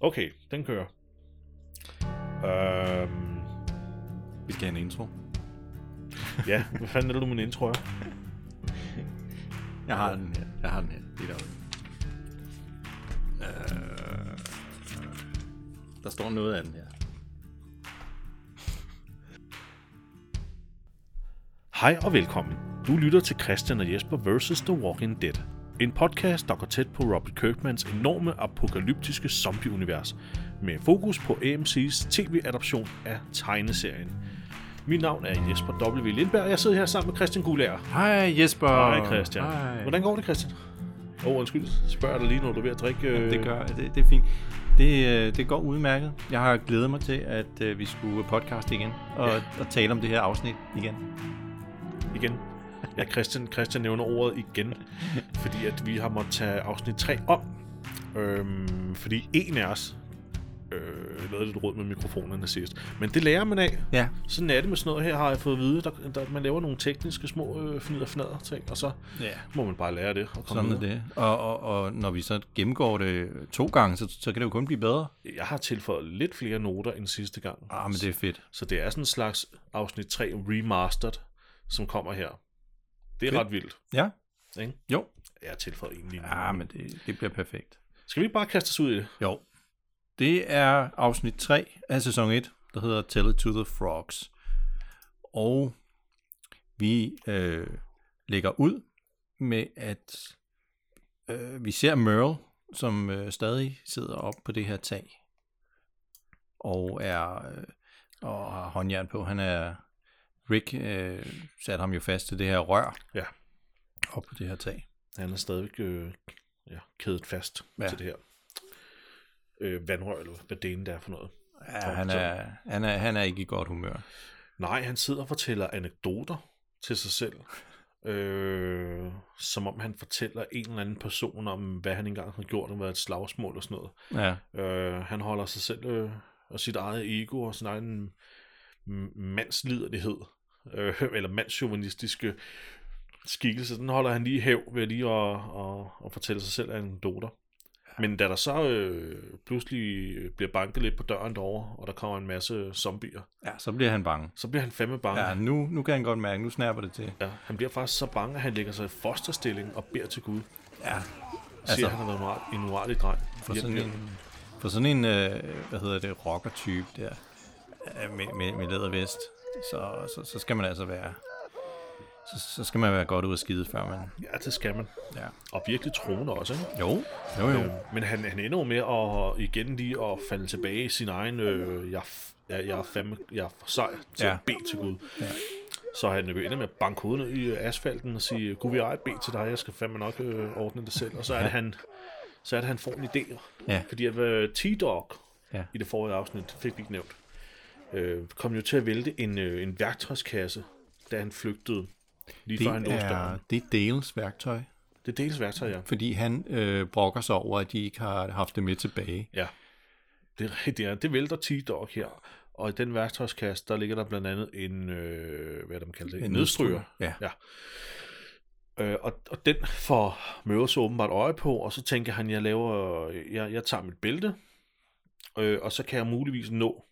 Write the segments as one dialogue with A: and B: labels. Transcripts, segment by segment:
A: Okay, den kører. Øhm,
B: Vi skal have en intro.
A: ja, hvad fanden er det, du min intro er?
B: Jeg har den her. Jeg har den her. Det er derude. Øh, der står noget af den her.
A: Hej og velkommen. Du lytter til Christian og Jesper vs. The Walking Dead. En podcast, der går tæt på Robert Kirkmans enorme apokalyptiske zombieunivers, med fokus på AMC's tv-adoption af tegneserien. Mit navn er Jesper W. Lindberg, og jeg sidder her sammen med Christian Gulager.
B: Hej Jesper.
A: Hej Christian.
B: Hej.
A: Hvordan går det, Christian? Åh, oh, undskyld, spørger jeg dig lige, når du er ved at drikke... Øh...
B: Det gør, det, det er fint. Det, øh, det går udmærket. Jeg har glædet mig til, at øh, vi skulle podcaste igen og, ja. og tale om det her afsnit igen.
A: igen. Ja, Christian, Christian nævner ordet igen, fordi at vi har måttet tage afsnit 3 om. Øhm, fordi en af os øh, lavede lidt råd med mikrofonerne sidst. Men det lærer man af.
B: Ja.
A: Sådan er det med sådan noget her, har jeg fået at vide. Der, der, man laver nogle tekniske små øh, fnider fnader ting, og så
B: Ja.
A: må man bare lære det. Og komme
B: Sådan er
A: videre.
B: det. Og, og, og når vi så gennemgår det to gange, så, så kan det jo kun blive bedre.
A: Jeg har tilføjet lidt flere noter end sidste gang.
B: Ah, men det er fedt.
A: Så det er sådan en slags afsnit 3 remastered, som kommer her. Det er
B: Fedt. Ah,
A: ret vildt,
B: Ja.
A: ikke?
B: Jo.
A: Jeg har tilføjet en lige nu.
B: Ja, men det, det bliver perfekt.
A: Skal vi ikke bare kaste os ud i det?
B: Jo. Det er afsnit 3 af sæson 1, der hedder Tell It to the Frogs. Og vi øh, lægger ud med, at øh, vi ser Merle, som øh, stadig sidder op på det her tag. Og er øh, og har håndjern på. Han er Rick øh, satte ham jo fast til det her rør
A: Ja.
B: op på det her tag.
A: Han er stadigvæk øh, ja, kædet fast ja.
B: Ja.
A: til det her øh, vandrør, eller hvad det ene der er for noget.
B: Ja, han er, han, er, han er ikke i godt humør.
A: Nej, han sidder og fortæller anekdoter til sig selv, øh, som om han fortæller en eller anden person om, hvad han engang har gjort, om hvad et slagsmål og sådan noget.
B: Ja.
A: Øh, han holder sig selv øh, og sit eget ego og sin egen m- mandsliderlighed, øh, eller mandsjuvenistiske skikkelse, den holder han lige i hæv ved lige at, at, at fortælle sig selv anekdoter. Men da der så øh, pludselig bliver banket lidt på døren derovre, og der kommer en masse zombier,
B: Ja, så bliver han bange.
A: så bliver han fandme bange.
B: Ja,
A: Ja.
B: nu, nu kan han godt mærke, nu snapper det til.
A: Ja, han bliver faktisk så bange, at han lægger sig i fosterstilling og beder til Gud.
B: Ja.
A: Altså, siger,
B: Altså-
A: at han har været en uart- en uartig dreng.
B: For sådan en, for sådan en øh, hvad hedder det, rocker-type der, øh, med, med, med lædervest, så, så, så skal man altså være, så, så skal man være godt ud af skide, før man,
A: Ja, det skal man.
B: ja.
A: Og virkelig troende også, ikke?
B: Jo, jo, jo.
A: Øh, Men han, han ender jo med at igen lige at falde tilbage i sin egen, øh, jeg, f- jeg, jeg, er fandme, jeg er for sej til ja.
B: Ja.
A: at bede til Gud. Ja. Så han øh, ender med at banke hovedet ned i øh, asfalten og sige, Gud vil jeg bede til dig, jeg skal fandme nok øh, ordne det selv. Og så er det han, så er det, han får en idé.
B: Ja.
A: Fordi at øh, T-Dog
B: Ja.
A: i det forrige afsnit, det fik vi ikke nævnt, øh, kom jo til at vælte en, øh, en værktøjskasse, da han flygtede. Lige før han
B: Det
A: låste
B: er,
A: døren.
B: det er Dales værktøj,
A: Det er dels værktøj, ja.
B: fordi han øh, brokker sig over, at de ikke har haft det med tilbage.
A: Ja, det er rigtigt. Ja. Det vælter T-Dog her. Og i den værktøjskasse, der ligger der blandt andet en, øh, hvad er det, man kalder det? En nedstryger.
B: Ja.
A: Ja. Øh, og, og den får Møre så åbenbart øje på, og så tænker han, jeg laver, jeg, jeg tager mit bælte, øh, og så kan jeg muligvis nå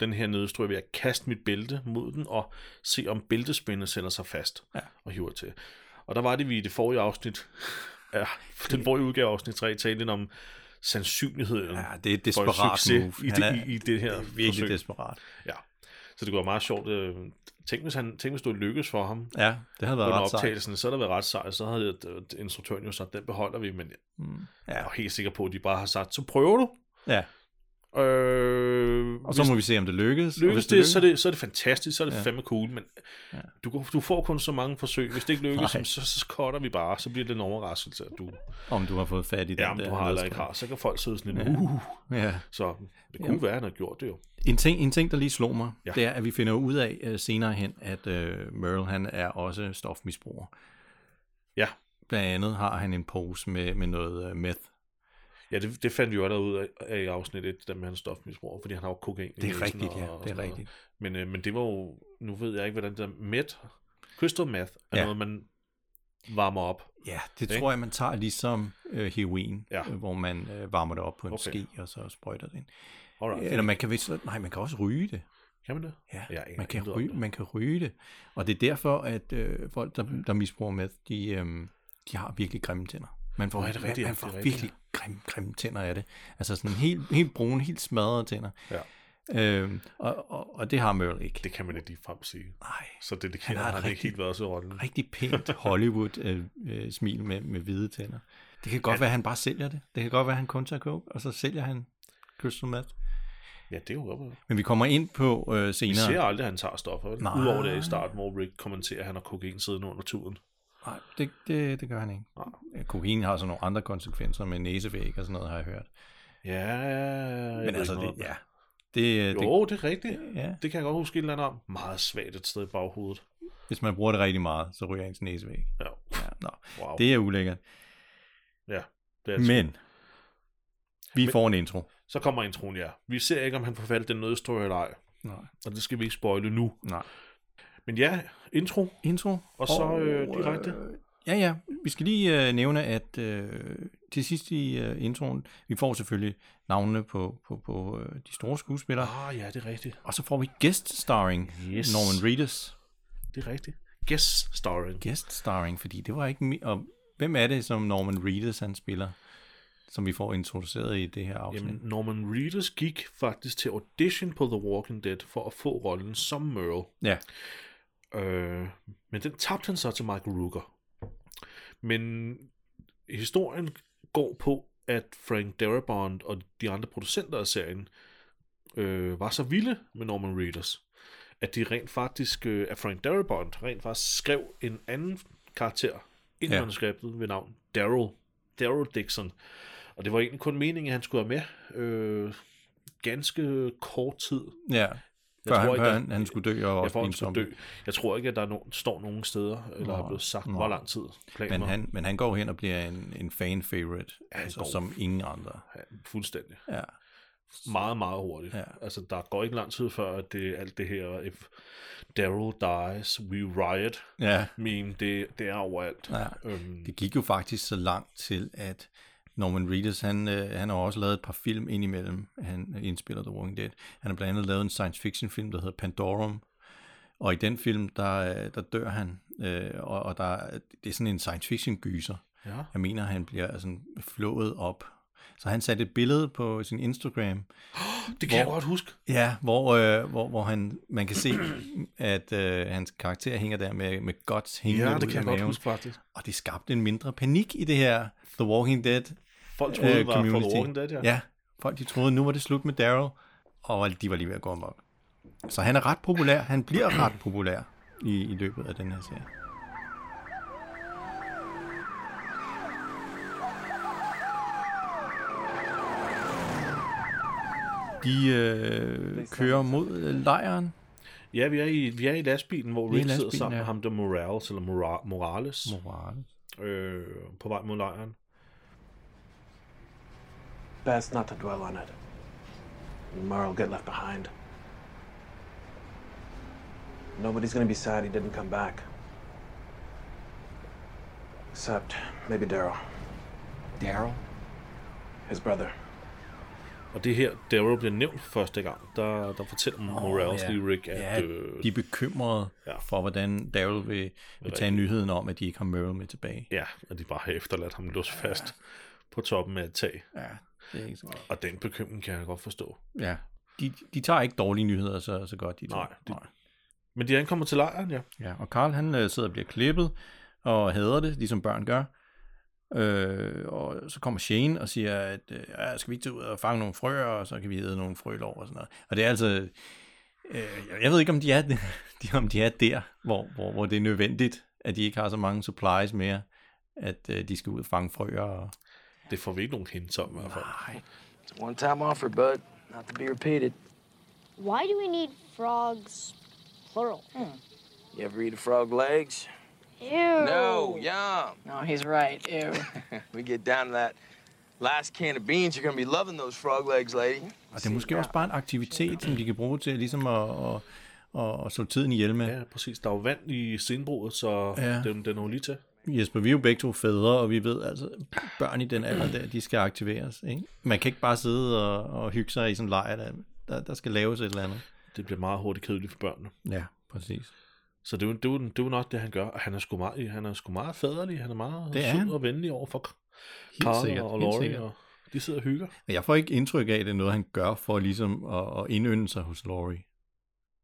A: den her nedstryger ved at kaste mit bælte mod den, og se om bæltespændet sætter sig fast
B: Ja.
A: og hiver til. Og der var det, vi i det forrige afsnit, ja, den forrige udgave af afsnit 3, talte lidt om sandsynligheden
B: ja det er et
A: for et
B: desperat move.
A: succes i
B: Han
A: det,
B: er
A: i, i det her
B: virkelig
A: forsøg.
B: desperat.
A: Ja. Så det går meget sjovt. øh, Tænk hvis, han, tænk, hvis det lykkes for ham
B: Ja, det havde været
A: under
B: ret sejt.
A: optagelsen, så er der været ret sejt. Så havde øh, instruktøren jo sagt, den beholder vi, men jeg
B: Mm, Ja,
A: er helt sikker på, at de bare har sagt, så prøver du.
B: ja.
A: Øh,
B: Og så
A: hvis
B: må vi se, om det lykkes. og
A: lykkes
B: hvis
A: det, så er det, så er det fantastisk, så er det ja. fandme cool, men
B: Ja.
A: du, kan- du får kun så mange forsøg. Hvis det ikke lykkes,
B: Nej.
A: jamen, så, så cutter vi bare, så bliver det en overraskelse, at du,
B: Om du har fået fat i den
A: jamen,
B: der.
A: du har eller ikke
B: nedskrift.
A: har. Så kan folk sidde sådan lidt, uh,
B: Ja.
A: så det kunne
B: Jamen.
A: være, at han har gjort det jo.
B: En, ting, en ting, der lige slog mig,
A: Ja.
B: ja. det er, at vi finder ud af uh, senere hen, at uh, Merle han er også stofmisbruger.
A: Ja.
B: Blandt andet har han en pose med, med noget uh, meth.
A: Ja, det, det fandt vi jo allerede ud af, af i afsnit 1, der med hans stofmisbrug, fordi han har jo kokain. i
B: Det er
A: næsen
B: rigtigt,
A: og-
B: ja.
A: og
B: Det er
A: sådan
B: rigtigt.
A: Noget. Men, øh, men det var jo, nu ved jeg ikke, hvordan det der med crystal meth er ja.
B: Ja.
A: noget, man varmer op.
B: Ja, det
A: Ikke?
B: tror jeg, man tager ligesom øh, heroin,
A: Ja.
B: ja. øh, hvor man øh, varmer det op på en
A: Okay.
B: okay. ske, og så sprøjter det ind.
A: Alright.
B: Eller man kan, vist, nej, man kan også ryge det.
A: Kan man det?
B: Ja,
A: Jeg aner
B: man, kan
A: intet om
B: ryge,
A: det.
B: man kan ryge det. Og det er derfor, at øh, folk, der,
A: Mm.
B: der misbruger meth, de, øh, de har virkelig grimme tænder. Man får,
A: Nå, er det rigtigt? Ja,
B: man, man
A: det er
B: får
A: rigtigt,
B: virkelig grimme, grimme tænder af det. Altså sådan helt, helt brune, helt smadrede tænder.
A: Ja.
B: Øh, og, og, og det har Merle ikke.
A: Det kan man ikke ligefrem sige.
B: Nej,
A: Så det, det
B: Han
A: kan,
B: har
A: har,
B: et
A: det ikke
B: rigtig-
A: helt været så rollen.
B: rigtig pænt Hollywood-smil øh, øh, smil med, med hvide tænder. Det kan godt ja. være, at han bare sælger det. Det kan godt være, at han kun tager coke, og så sælger han crystal meth.
A: Ja, det er jo godt. være.
B: Men vi kommer ind på øh,
A: Vi
B: senere.
A: ser aldrig, at han tager stoffer. vel?
B: Nej.
A: Udover det i starten, hvor Rick kommenterer, at han har kokain siddende under turen.
B: Nej, det, det, det gør han ikke.
A: Nej.
B: Nej. Kokain har så nogle andre konsekvenser med næsevæg og sådan noget, har jeg hørt.
A: Ja, jeg
B: Men
A: ved
B: altså,
A: ikke noget om
B: det, ja. Det, øh,
A: det,
B: det,
A: Jo, det er rigtigt.
B: ja.
A: Det kan jeg godt huske et eller andet om. Meget svagt et sted i baghovedet.
B: Hvis man bruger det rigtig meget, så ryger ens næsevæg.
A: Ja,
B: Ja, nå.
A: wow.
B: Det er ulækkert.
A: ja, det er altså- men...
B: Men, vi Men, får en intro.
A: Så kommer introen, ja. Vi ser ikke, om han forfaldt den nødstory eller ej.
B: Nej.
A: Og det skal vi ikke spoile nu.
B: Nej.
A: Men ja, intro.
B: Intro.
A: Og så, øh, direkte.
B: Øh, ja, ja. Vi skal lige øh, nævne, at øh, til sidst i øh, introen, vi får selvfølgelig navnene på, på, på øh, de store skuespillere.
A: Ah, ja, det er rigtigt.
B: Og så får vi guest starring
A: Yes.
B: Norman Reedus.
A: Det er rigtigt. Guess starring.
B: guest starring, fordi det var ikke... Mi- og hvem er det, som Norman Reedus han spiller, som vi får introduceret i det her afsnit?
A: Jamen,
B: Jamen,
A: Norman Reedus gik faktisk til audition på The Walking Dead for at få rollen som Merle.
B: ja,
A: Øh, men den tabte han så til Michael Rooker. Men historien går på, at Frank Darabont og de andre producenter af serien øh, var så vilde med Norman Reedus, at de rent faktisk, øh, at Frank Darabont rent faktisk skrev en anden karakter ind i
B: Ja.
A: manuskriptet ved navn Daryl. Daryl Dixon. Og det var egentlig kun meningen, at han skulle være med øh, ganske kort tid
B: ja. Før,
A: tror
B: han,
A: ikke,
B: før
A: at-
B: han, han skulle dø og
A: jeg
B: også
A: får
B: blive
A: han
B: en
A: skulle
B: zombie.
A: dø. Jeg tror ikke, at der er nogen, står nogen steder, eller
B: Nå,
A: er blevet sagt,
B: nå.
A: hvor lang tid planen
B: Men
A: var.
B: han, men han går hen og bliver en, en fan-favorite,
A: han
B: altså,
A: går-
B: som ingen andre.
A: Ja, fuldstændig.
B: Ja,
A: Meget, meget hurtigt.
B: Ja.
A: Altså, der går ikke lang tid før, at det, alt det her, if Daryl dies, we riot,
B: ja.
A: meme, det, det er overalt.
B: ja.
A: Øhm,
B: Det gik jo faktisk så langt til, at Norman Reedus, han, øh, han har også lavet et par film indimellem, han indspiller The Walking Dead. Han har blandt andet lavet en science fiction film, der hedder Pandorum, og i den film, der, øh, der dør han, øh, og, og der, det er sådan en science fiction gyser.
A: ja.
B: Jeg mener, han bliver sådan flået op. Så han satte et billede på sin Instagram,
A: Det kan jeg
B: hvor-
A: godt huske.
B: Ja, hvor, øh, hvor, hvor han, man kan se, at øh, hans karakter hænger der med, med godt hængende
A: Ja,
B: ud
A: det kan
B: af
A: jeg godt
B: maven.
A: huske, faktisk.
B: Og det skabte en mindre panik i det her The Walking Dead
A: Folk troede,
B: øh,
A: det var for
B: community.
A: The Walking Dead, ja.
B: ja, folk de troede, nu var det slut med Daryl, og de var lige ved at gå amok. Så han er ret populær, han bliver ret populær i, i løbet af den her serie. De øh, kører mod øh, lejren.
A: ja vi, er i, vi er i lastbilen, hvor
B: Vi er i
A: Rick sidder
B: lastbilen,
A: sammen
B: ja.
A: med ham, der Morales, eller Mora- Morales,
B: Morales.
A: øh, på vej mod lejren.
C: Best not to dwell on it. Merle will get left behind. Nobody's gonna be sad he didn't come back. Except maybe Daryl,
D: Daryl?
C: his brother.
A: Og det her, Daryl bliver nævnt første gang, der, der fortæller Morales
B: ja.
A: lige Rick, at
B: Ja,
A: øh,
B: de er bekymrede
A: Ja.
B: for, hvordan Daryl vil, vil tage nyheden om, at de ikke har Merle med tilbage.
A: Ja, og de bare har efterladt ham låst fast på toppen af et tag.
B: Ja, det er ikke så godt.
A: Og den bekymring kan jeg godt forstå.
B: Ja. De, de tager ikke dårlige nyheder så, så godt, de to.
A: Nej, de- Men de ankommer til lejren, ja.
B: Ja, og Karl han øh, sidder og bliver klippet og hader det, ligesom børn gør. Øh, og så kommer Shane og siger, at øh, ja, skal vi ikke tage ud og fange nogle frøer, og så kan vi æde nogle frølov og sådan noget. Og det er altså, øh, jeg- jeg ved ikke, om de er, de, om de er der, hvor, hvor, hvor det er nødvendigt, at de ikke har så mange supplies mere, at øh, de skal ud og fange frøer. Og...
A: Det får vi ikke nogen hints om i hvert fald.
B: Nej,
E: It's a one-time offer, bud. Not to be repeated.
F: Why do we need frogs, plural?
E: You ever eat a frog legs?
F: Ew.
E: No, yum.
G: No, he's right. Ew.
E: We get down to that last can of beans. You're gonna be loving those frog legs, lady.
B: og det er måske også bare en aktivitet, som de kan bruge til ligesom at, at, at, at slå tiden ihjel med.
A: Ja, præcis. Der er jo vand i stenbruget, så
B: Ja.
A: den, den er jo lige til.
B: Jesper, vi er jo begge to fædre, og vi ved altså, børn i den alder der, de skal aktiveres. Ikke? Man kan ikke bare sidde og, og hygge sig i sådan en lejr, der, der, der skal laves et eller andet.
A: Det bliver meget hurtigt kedeligt for børnene.
B: Ja, præcis.
A: Så det er, jo, det, er jo, det er jo nok det, han gør. Og han er sgu meget, han er sgu meget faderlig. Han er meget
B: Det er
A: sød
B: han.
A: og venlig over for
B: Helt
A: Carla
B: sikkert,
A: og
B: helt
A: Laurie.
B: sikkert.
A: Og de sidder og hygger.
B: Men jeg får ikke indtryk af, at det er noget, han gør for ligesom at, at indynde sig hos Laurie.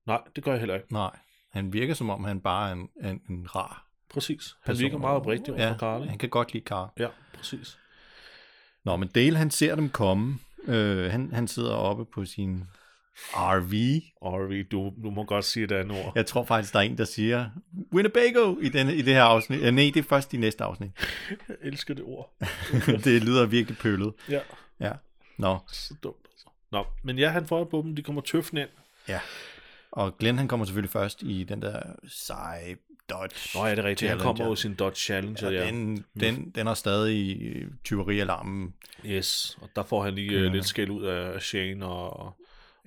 A: Nej, det gør jeg heller ikke.
B: Nej, han virker som om, han bare er en, en, en rar
A: Præcis. Han
B: person.
A: virker meget oprigtig over
B: ja,
A: for Carla.
B: han kan godt lide Carl.
A: Ja, præcis.
B: Nå, men Dale, han ser dem komme. Øh, han, han sidder oppe på sin RV.
A: Orvi, du, du må godt sige et andet ord.
B: Jeg tror faktisk, der er en, der siger Winnebago i, den, i det her afsnit. Ja, nej, det er først i næste afsnit.
A: Jeg elsker det ord.
B: det lyder virkelig pølet.
A: Ja,
B: Ja. Nå,
A: så dumt. altså. Nå, men ja, han får øje på dem. De kommer tøffen ind.
B: ja. Og Glenn, han kommer selvfølgelig først i den der seje Dodge.
A: Nå ja, det er rigtigt. Han
B: Challenger.
A: kommer jo i sin Dodge Challenger,
B: Og
A: ja.
B: den, den, den har stadig øh, tyverialarmen.
A: Yes, og der får han lige øh, lidt skæld ud af af Shane og,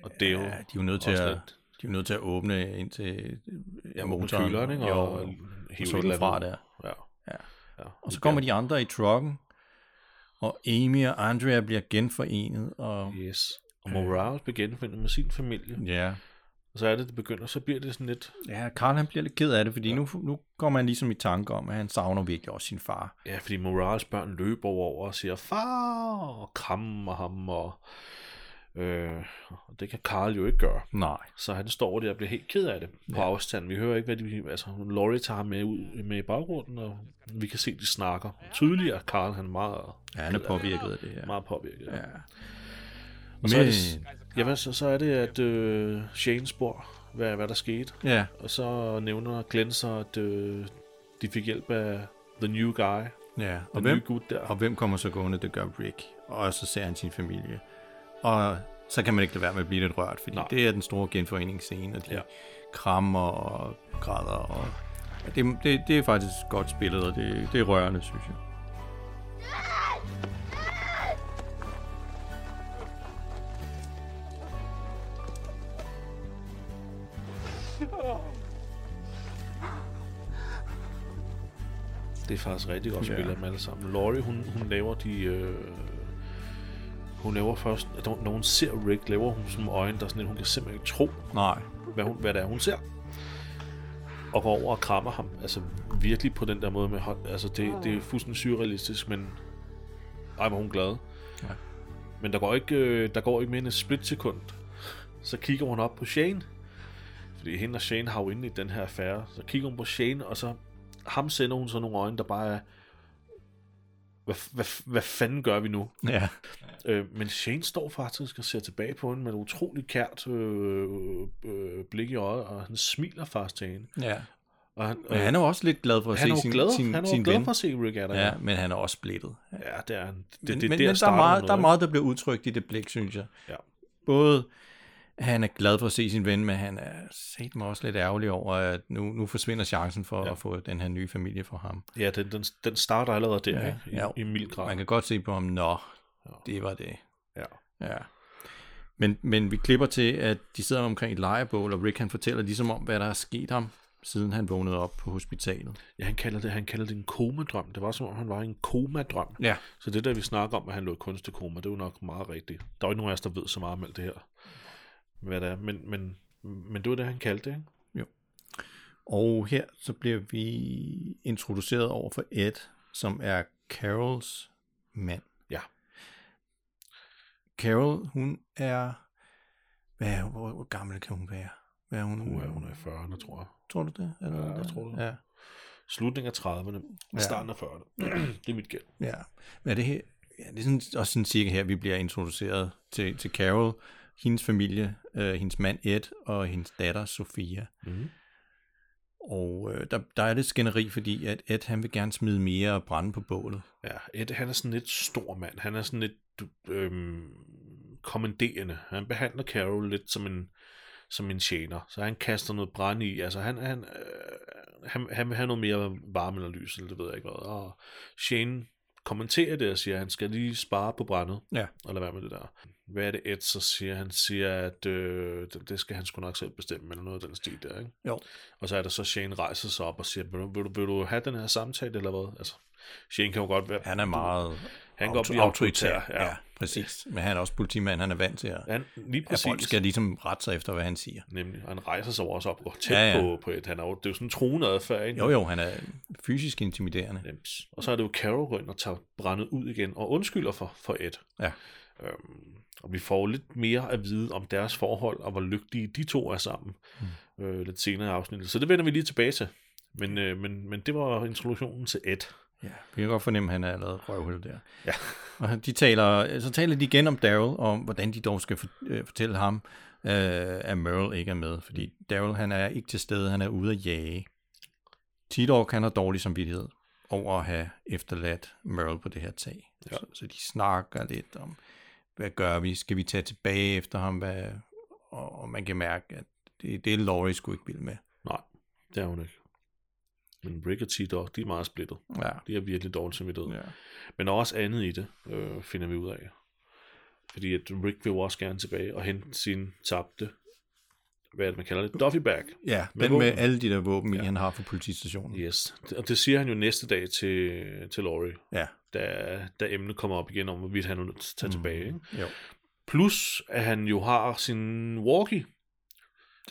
A: og Dale.
B: Ja, de er jo nødt til
A: Også
B: at...
A: lidt.
B: De er jo nødt til at åbne ind til øh,
A: Ja,
B: motoren.
A: motoren. Køleren, ikke?
B: Jo,
A: Og,
B: og,
A: hive
B: så
A: et
B: den
A: eller
B: fra
A: andet.
B: der.
A: Ja.
B: Ja.
A: ja.
B: Og så kommer de andre i trucken, og Amy og Andrea bliver genforenet, og
A: Yes. Og Morales bliver genforenet med sin familie.
B: ja,
A: Og så er det, det begynder, så bliver det sådan lidt,
B: ja Carl han bliver lidt ked af det, fordi ja. nu, nu kommer han ligesom i tanke om, at han savner virkelig også sin far.
A: ja, fordi Morales børn løber over og siger, far, og krammer ham, og øh, og det kan Carl jo ikke gøre.
B: Nej,
A: Så han står der og bliver helt ked af det på ja. afstand. Vi hører ikke, hvad de... Altså, Laurie tager ham med ud med i baggrunden, og vi kan se, de snakker. Tydeligt er Carl, han er meget,
B: ja, han er påvirket af det her.
A: meget påvirket.
B: Ja.
A: Og så er det,
B: Men-
A: jamen, så, så er det, at øh, Shane spor, hvad, hvad der skete.
B: Ja,
A: Og så nævner Glenn så, at øh, de fik hjælp af The New Guy.
B: ja. Og,
A: Den
B: hvem,
A: nye gut der.
B: og hvem kommer så gående? Det gør Rick, og så ser han sin familie. Og så kan man ikke lade være med at blive lidt rørt, fordi
A: Nej.
B: Nej. det er den store genforeningsscene, og de
A: Ja.
B: ja. krammer og græder. Og, det, det, det er faktisk godt spillet, og det, det er rørende, synes jeg.
A: Det er faktisk rigtig godt spillet yeah. dem alle sammen. Laurie, hun, hun laver de... Øh, hun laver først... at Når når hun ser Rick, laver hun som øjne, der sådan lidt, hun kan simpelthen ikke tro,
B: Nej,
A: hvad, hun, hvad det er, hun ser. Og går over og krammer ham. Altså virkelig på den der måde med hånd. Altså det, det er fuldstændig surrealistisk, men... Ej, hvor er hun glad.
B: Ja.
A: Men der går ikke, øh, der går ikke mere end et splitsekund. Så kigger hun op på Shane. Fordi hende og Shane har jo inde i den her affære. Så kigger hun på Shane, og så ham sender hun så nogle øjne, der bare er... Hvad, hvad, hvad fanden gør vi nu?
B: ja.
A: Øh, men Shane står faktisk og ser tilbage på hende med et utroligt kært øh, øh, blik i øjet, og han smiler faktisk til hende.
B: ja.
A: Og han,
B: Men han er jo også lidt glad for at
A: han er
B: se
A: jo
B: sin,
A: glad,
B: sin,
A: han er jo
B: sin
A: glad
B: ven.
A: for at se Rick Adder.
B: Ja, men han er også splittet. Det,
A: ja det er han. Det,
B: men
A: det, der,
B: men der, der, er
A: starter
B: meget,
A: noget,
B: der er meget, der bliver udtrykt i det blik, synes jeg.
A: Ja.
B: Både han er glad for at se sin ven, men han er set mig også lidt ærgerlig over, at nu, nu forsvinder chancen for ja. at få den her nye familie for ham.
A: ikke? Ja, den, den, den starter allerede der, ja, ikke? I,
B: Ja.
A: i mild grad.
B: Man kan godt se på ham, nå, det var det.
A: Ja.
B: Ja. Men, men vi klipper til, at de sidder omkring et lejebål, og Rick han fortæller ligesom om, hvad der er sket ham, siden han vågnede op på hospitalet.
A: ja, han kalder det, han kalder det en komadrøm. Det var som om, han var i en komadrøm.
B: Ja.
A: Så det der, vi snakker om, at han lå i kunstig koma, det er jo nok meget rigtigt. Der er jo ikke nogen af os, der ved så meget om alt det her. Hvad det er. Men, men, men det var det, han kaldte det, ikke?
B: Og her så bliver vi introduceret over for Ed, som er Carols mand.
A: Ja.
B: Carol, hun er... Hvad er, hun- hvor, hvor gammel kan hun være? Hvad er hun?
A: Nu er hun i 40'erne, tror jeg.
B: Tror du det? Eller
A: Ja,
B: hvad?
A: jeg tror det.
B: Ja.
A: Slutningen af 30'erne, ja.
B: Ja.
A: starten af 40'erne. det er mit gæld.
B: Ja, men er det her? Ja, det er sådan, også sådan cirka her, vi bliver introduceret til, til Carol, hendes familie, øh, hendes mand Ed og hendes datter Sofia.
A: Mhm.
B: Og øh, der, der er lidt skænderi, fordi at Ed han vil gerne smide mere og brænde på bålet.
A: Ja, Ed, han er sådan lidt stor mand. Han er sådan lidt øhm, kommanderende. Han behandler Carol lidt som en, som en tjener. Så han kaster noget brand i. Altså, han, han, øh, han, han vil have noget mere varme eller lys, eller det ved jeg ikke hvad. Og Shane kommenterer det og siger, at han skal lige spare på brændet,
B: Ja.
A: og lade være med det der. Hvad er det Ed så siger? Han siger, at øh, det- det skal han sgu nok selv bestemme, eller noget af den stil der, ikke?
B: Jo.
A: Og så er der så, Shane rejser sig op og siger, vil du, vil du, vil du have den her samtale, eller hvad? Altså, Shane kan jo godt være...
B: Han er meget
A: Han
B: han
A: kan godt
B: auto-
A: blive
B: autoritær.
A: autoritær, ja.
B: ja, præcis. Men han er også politimand, han er vant til at...
A: Han, lige
B: at
A: præcis.
B: folk skal ligesom rette sig efter, hvad han siger.
A: Nemlig. Og han rejser sig jo også op og går tæt ja,
B: Ja,
A: ja.
B: ja.
A: på, på et. Han er jo, det er jo sådan en truende adfærd, ikke?
B: Jo, jo, han er fysisk intimiderende.
A: Nems. Og så er det jo Carol går ind og tager brændet ud igen og undskylder for, for Ed.
B: Ja.
A: Øhm, og vi får lidt mere at vide om deres forhold og hvor lykkelige de to er sammen mm. øh, lidt senere i afsnittet. Så det vender vi lige tilbage til. Men, øh, men, men det var introduktionen til Ed.
B: Ja, vi kan godt fornemme, at han er allerede røvhul der.
A: Ja.
B: Og de taler, øh, så taler de igen om Daryl, om hvordan de dog skal for, øh, fortælle ham, øh, at Merle ikke er med. Fordi Daryl, han er ikke til stede, han er ude at jage. Tidork, han har dårlig samvittighed over at have efterladt Merle på det her tag. Ja. Så, så de snakker lidt om, hvad gør vi? Skal vi tage tilbage efter ham? Hvad, og, og man kan mærke, at det, det er Laurie sgu ikke vild med.
A: Nej, det er hun ikke. Men Rick og T-Dog, de er meget splittet.
B: Ja.
A: De har virkelig dårlig samvittighed.
B: ja.
A: Men der er også andet i det, øh, finder vi ud af. Fordi at Rick vil jo også gerne tilbage og hente sin tabte, hvad er det, man kalder det, Duffy bag.
B: Ja,
A: Med
B: med den med
A: våben.
B: alle de der våben, ja. han har fra politistationen.
A: Yes. Og det siger han jo næste dag til, til Laurie,
B: Ja,
A: da, da emnet kommer op igen om, hvorvidt han er nødt til at tage mm.
B: Mhm.
A: tilbage. Ikke?
B: jo,
A: Plus, at han jo har sin walkie.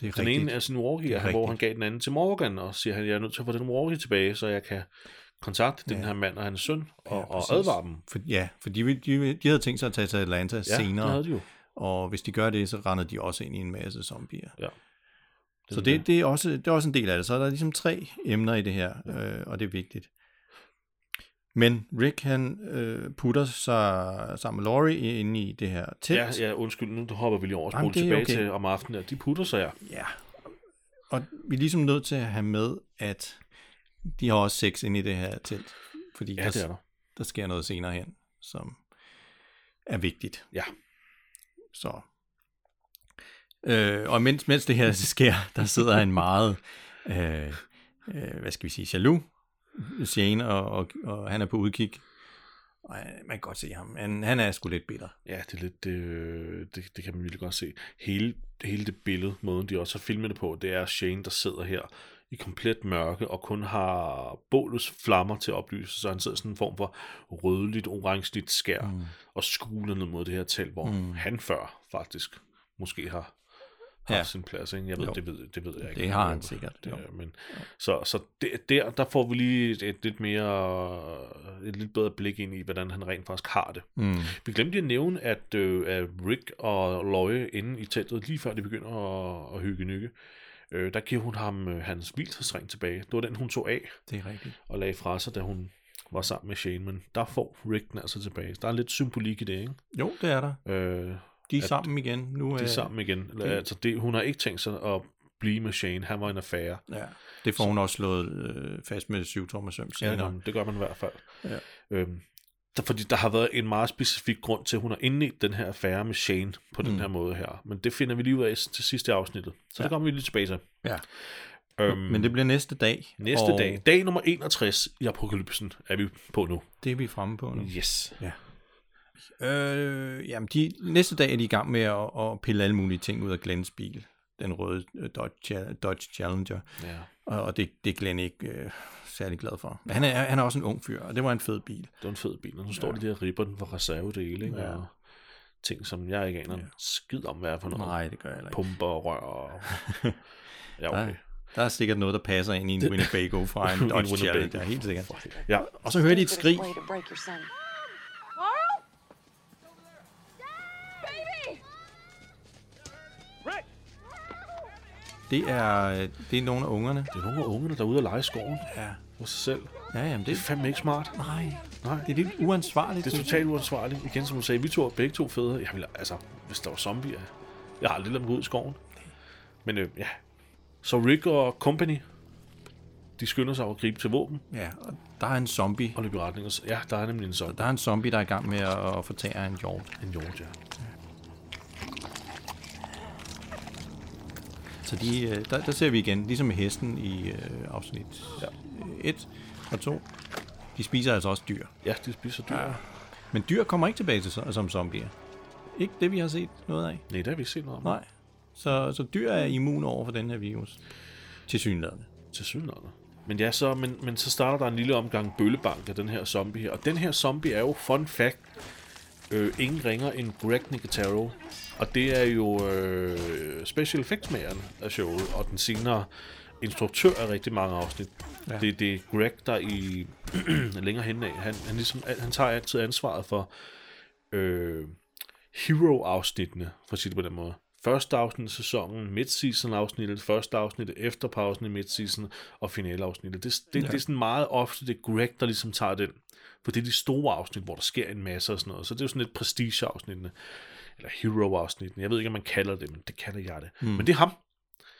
B: det er
A: Den
B: rigtigt.
A: ene er sin walkie,
B: Det
A: er
B: er
A: hvor
B: rigtigt.
A: han gav den anden til Morgan, og siger, at jeg er nødt til at få den walkie tilbage, så jeg kan kontakte ja. den her mand og hans søn og, ja, og
B: præcis.
A: advare dem.
B: For, ja, for de, vil- de, vil- de havde tænkt sig at tage til Atlanta
A: Ja,
B: senere,
A: det havde de jo.
B: og hvis de gør det, så render de også ind i en masse zombier.
A: Ja.
B: Så det, det, er også, det er også en del af det. Så er der ligesom tre emner i det her, øh, og det er vigtigt. Men Rick, han øh, putter sig sammen med Laurie inde i det her telt.
A: Ja, ja, undskyld, nu hopper vi lige over og
B: Jamen,
A: spoler tilbage
B: det
A: okay.
B: er okay.
A: til om aftenen, og de putter sig, ja.
B: Ja. Og vi er ligesom nødt til at have med, at de har også sex inde i det her telt. Fordi
A: Ja,
B: der,
A: det er der.
B: der sker noget senere hen, som er vigtigt.
A: Ja.
B: Så. Øh, og mens, mens det her sker, der sidder en meget, øh, øh, hvad skal vi sige, jaloux Shane, og, og, og han er på udkig. Og øh, man kan godt se ham. Han, han er sgu lidt bitter.
A: Ja, det er lidt, det, øh, det, det kan man virkelig godt se. Hele, hele det billede, måden de også har filmet det på, det er Shane, der sidder her i komplet mørke, og kun har bålets flammer til at oplyse, så han sidder i sådan en form for rødligt, orangeligt skær, mm. og skuler ned mod det her telt, hvor mm. han før faktisk måske har har ja.
B: Ja.
A: sin plads, ikke? Jeg ved,
B: Jo.
A: det ved, det ved jeg ikke.
B: Det har han sikkert,
A: Det,
B: jo.
A: er- men, så så der, der, der får vi lige et, et lidt mere, et lidt bedre blik ind i, hvordan han rent faktisk har det.
B: Mm.
A: Vi glemte lige at nævne, at, øh, at Rick og Løje inde i teltet, lige før de begynder at, at hygge nykke, øh, der giver hun ham øh, hans hvilesring tilbage. Det var den, hun tog af
B: Det er rigtigt.
A: og lagde fra sig, da hun var sammen med Shane, men der får Rick den altså tilbage. Der er lidt symbolik i det, ikke?
B: Jo, det er der.
A: Øh,
B: De er
A: At-
B: sammen igen. Nu er,
A: de er sammen igen. Det...
B: det-
A: Altså, det, hun har ikke tænkt sig at blive med Shane. Han var en affære.
B: Ja, det får hun også slået øh, fast med syv tommer søm
A: Ja,
B: senere.
A: nå, men det gør man i hvert fald.
B: Ja.
A: Øhm, der, fordi der har været en meget specifik grund til, at hun har indledt den her affære med Shane på mm. den
B: Mm.
A: her måde her. Men det finder vi lige ud af til sidste afsnittet. Så ja. det
B: Ja.
A: kommer vi lige tilbage til.
B: Ja.
A: Øhm,
B: Men det bliver næste dag.
A: næste og... dag, dag nummer 61 i apokalypsen, er vi på nu.
B: Det er vi fremme på nu.
A: Yes.
B: Øh, jamen, de, næste dag er de i gang med at, at pille alle mulige ting ud af Glens bil. Den røde øh, Dodge, Dodge Challenger.
A: Ja,
B: Og, og det, det er Glenn ikke øh, særlig glad for. Men han er, han er også en ung fyr, og det var en fed bil.
A: det var en fed bil. Og nu står ja. de der og ripper den for reservedele, ikke? Ja.
B: Ja.
A: Og ting, som jeg ikke aner ja. skid om, hvad er for noget.
B: Nej, det gør jeg heller ikke.
A: Pumper og rør og... Ja,
B: Der,
A: okay.
B: der er sikkert noget, der passer ind i en Winnebago fra en
A: En
B: Dodge
A: Winnebago.
B: Challenger, helt sikkert.
A: Ja,
B: Og så hører de et skrig.
D: way to break your son.
G: Carl? Baby!
B: Det er, det er nogle af ungerne.
A: det er nogle af ungerne, der er ude og lege i skoven
B: Ja,
A: for sig selv.
B: ja jamen
A: Det
B: det
A: er fandme ikke smart.
B: Nej,
A: Nej.
B: det er lidt uansvarligt.
A: Det er
B: synes jeg.
A: totalt uansvarligt. Igen, som du sagde, vi to er begge to fædre. Jeg vil, altså, hvis der var zombier. Jeg har aldrig lavet mig gå ud i skoven. Men øh, ja. Så Rick og Company, de skynder sig at gribe til våben
B: Ja, og der er en zombie.
A: og løbe i retning. os- Ja, der er nemlig en zombie.
B: Der er en zombie, der er i gang med at at fortære en hjort.
A: En Georgia.
B: Så de, øh, der, der ser vi igen, ligesom med hesten i øh, afsnit 1 og 2, de spiser altså også dyr.
A: Ja, de spiser dyr. Ja.
B: Men dyr kommer ikke tilbage til, så- som zombier. Ikke det, vi har set noget af.
A: Nej, det har vi ikke set noget om.
B: Nej. Så, så dyr er immune over for den her virus. Til synligheden.
A: Til synligheden. Men ja, så, men, men så starter der en lille omgang bøllebank af den her zombie her. Og den her zombie er jo, fun fact, øh, ingen ringer end Greg Nicotero. Og det er jo øh, special effects mageren af showet, og den senere instruktør af rigtig mange afsnit. Ja. Det, det er Greg, der i længere henad, han, han, ligesom, han tager altid ansvaret for øh, hero-afsnittene, for at sige det på den måde. Første afsnit i sæsonen, midseason-afsnittet, første afsnit, efterpausen i midseason og finaleafsnittet. Det, det, ja. det er sådan meget ofte, det er Greg, der ligesom tager den. For det er de store afsnit, hvor der sker en masse og sådan noget. Så det er jo sådan lidt prestige-afsnittene, eller hero-afsnittene. Jeg ved ikke, om man kalder det, men det kalder jeg det. Mm. Men det er ham.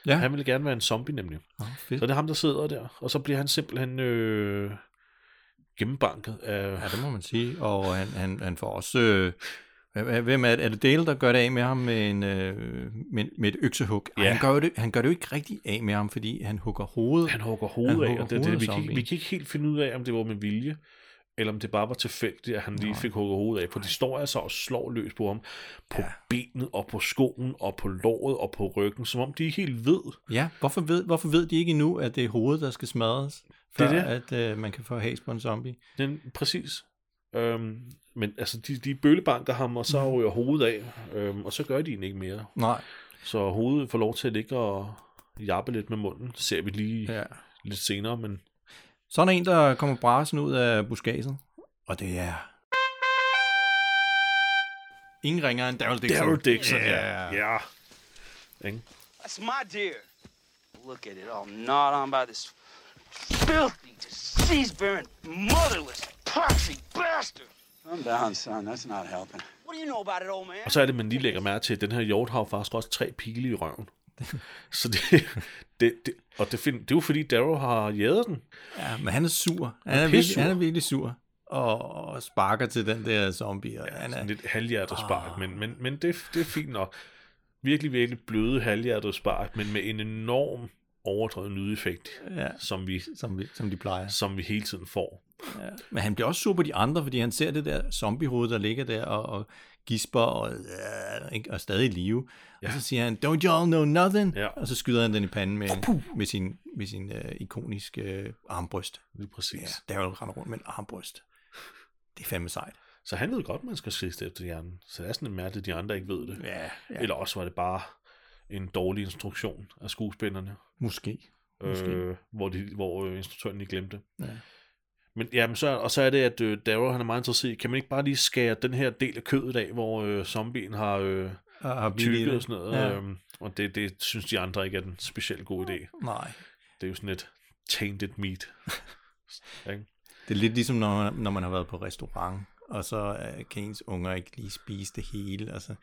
B: Ja.
A: Han ville gerne være en zombie nemlig.
B: Åh,
A: Så
B: fedt.
A: det er ham, der sidder der, og så bliver han simpelthen øh, gennembanket af...
B: Ja, det må man sige. Og han, han, han får også... Øh, hvem- hvem er det? Er det Dale, der gør det af med ham med, en, øh, med, med et øksehug? Ja.
A: Ja.
B: Han, gør jo det, han gør det jo ikke rigtig af med ham, fordi han hugger hovedet.
A: Han hugger hovedet
B: Han
A: af,
B: hugger
A: og det,
B: hovedet af
A: det, vi, kan, ikke-
B: zombien.
A: vi kan ikke helt finde ud af, om det var med vilje, eller om det bare var tilfældigt, at han lige fik hugget hovedet af, for de står altså og slår løs på ham, på ja. benet, og på skoen, og på låret, og på ryggen, som om de ikke helt ved.
B: Ja, hvorfor ved, hvorfor ved de ikke endnu, at det er hovedet, der skal smadres, før
A: er
B: det det. at øh, man kan få has på en zombie?
A: Den, præcis. Øhm, men altså, de, de bøllebanker ham, og
B: Mm.
A: så ryger hovedet af, øhm, og så gør de egentlig ikke mere.
B: Nej.
A: Så hovedet får lov til at ligge og jappe lidt med munden, ser vi lige ja.
B: Ja.
A: lidt senere, men
B: Så er der en, der kommer brasen ud af buskaget, og det er... Ingen ringer end Daryl Dixon.
A: Daryl Dixon, ja.
B: Ja.
A: ja. Ikke?
E: That's my deer. Look at it all gnawed on by this filthy, disease-bearing, motherless, poxy bastard.
C: Calm down, son. That's not helping.
E: What do you know about it, old man?
A: Og så er det, man lige lægger mærke til, at den her hjort har jo faktisk også tre pile i røven. Så det, det, det, og det, find, det er jo fordi, Darrow har jædet den.
B: ja. men han er sur. Han er,
A: pissur.
B: virkelig, han er virkelig sur. Og, og sparker til den der zombie. Og ja, Ah. han
A: Sådan
B: er,
A: lidt halvhjertet spark, men, men, men det, det er fint nok. Virkelig, virkelig bløde halvhjertet spark, men med en enorm overdrevet lydeffekt,
B: ja,
A: som vi,
B: som, vi- som de plejer.
A: som vi hele tiden får.
B: Men han bliver også sur på de andre, fordi han ser det der zombiehoved, der ligger der og, og gisper og, øh, ikke, og er stadig i live. Ja. Og så siger han, don't you all know nothing?
A: Ja.
B: Og så skyder han den i panden med, med sin, med sin øh, ikoniske øh, armbryst.
A: Lige præcis.
B: Ja, der er jo render rundt med en armbryst. Det er fandme sejt.
A: Så han ved godt, man skal skriste efter hjernen. Så det er sådan lidt mærkeligt, at de andre ikke ved det.
B: Ja, ja.
A: Eller også var det bare en dårlig instruktion af skuespillerne.
B: Måske.
A: øh, hvor, de, hvor øh, instruktøren lige glemte. Ja. Men, ja, men så, og så er det, at øh, Darrow han er meget interesseret i, kan man ikke bare lige skære den her del af kødet af, hvor øh, zombien har øh,
B: Og har bidt i
A: tykket
B: det.
A: og sådan noget.
B: Ja.
A: Ja. Øh, og det, det synes de andre ikke er den specielt gode idé.
B: Nej.
A: Det er jo sådan et tainted meat. Ikke?
B: Det er lidt ligesom, når man, når man har været på restaurant, og så øh, kan ens unger ikke lige spise det hele. Og så,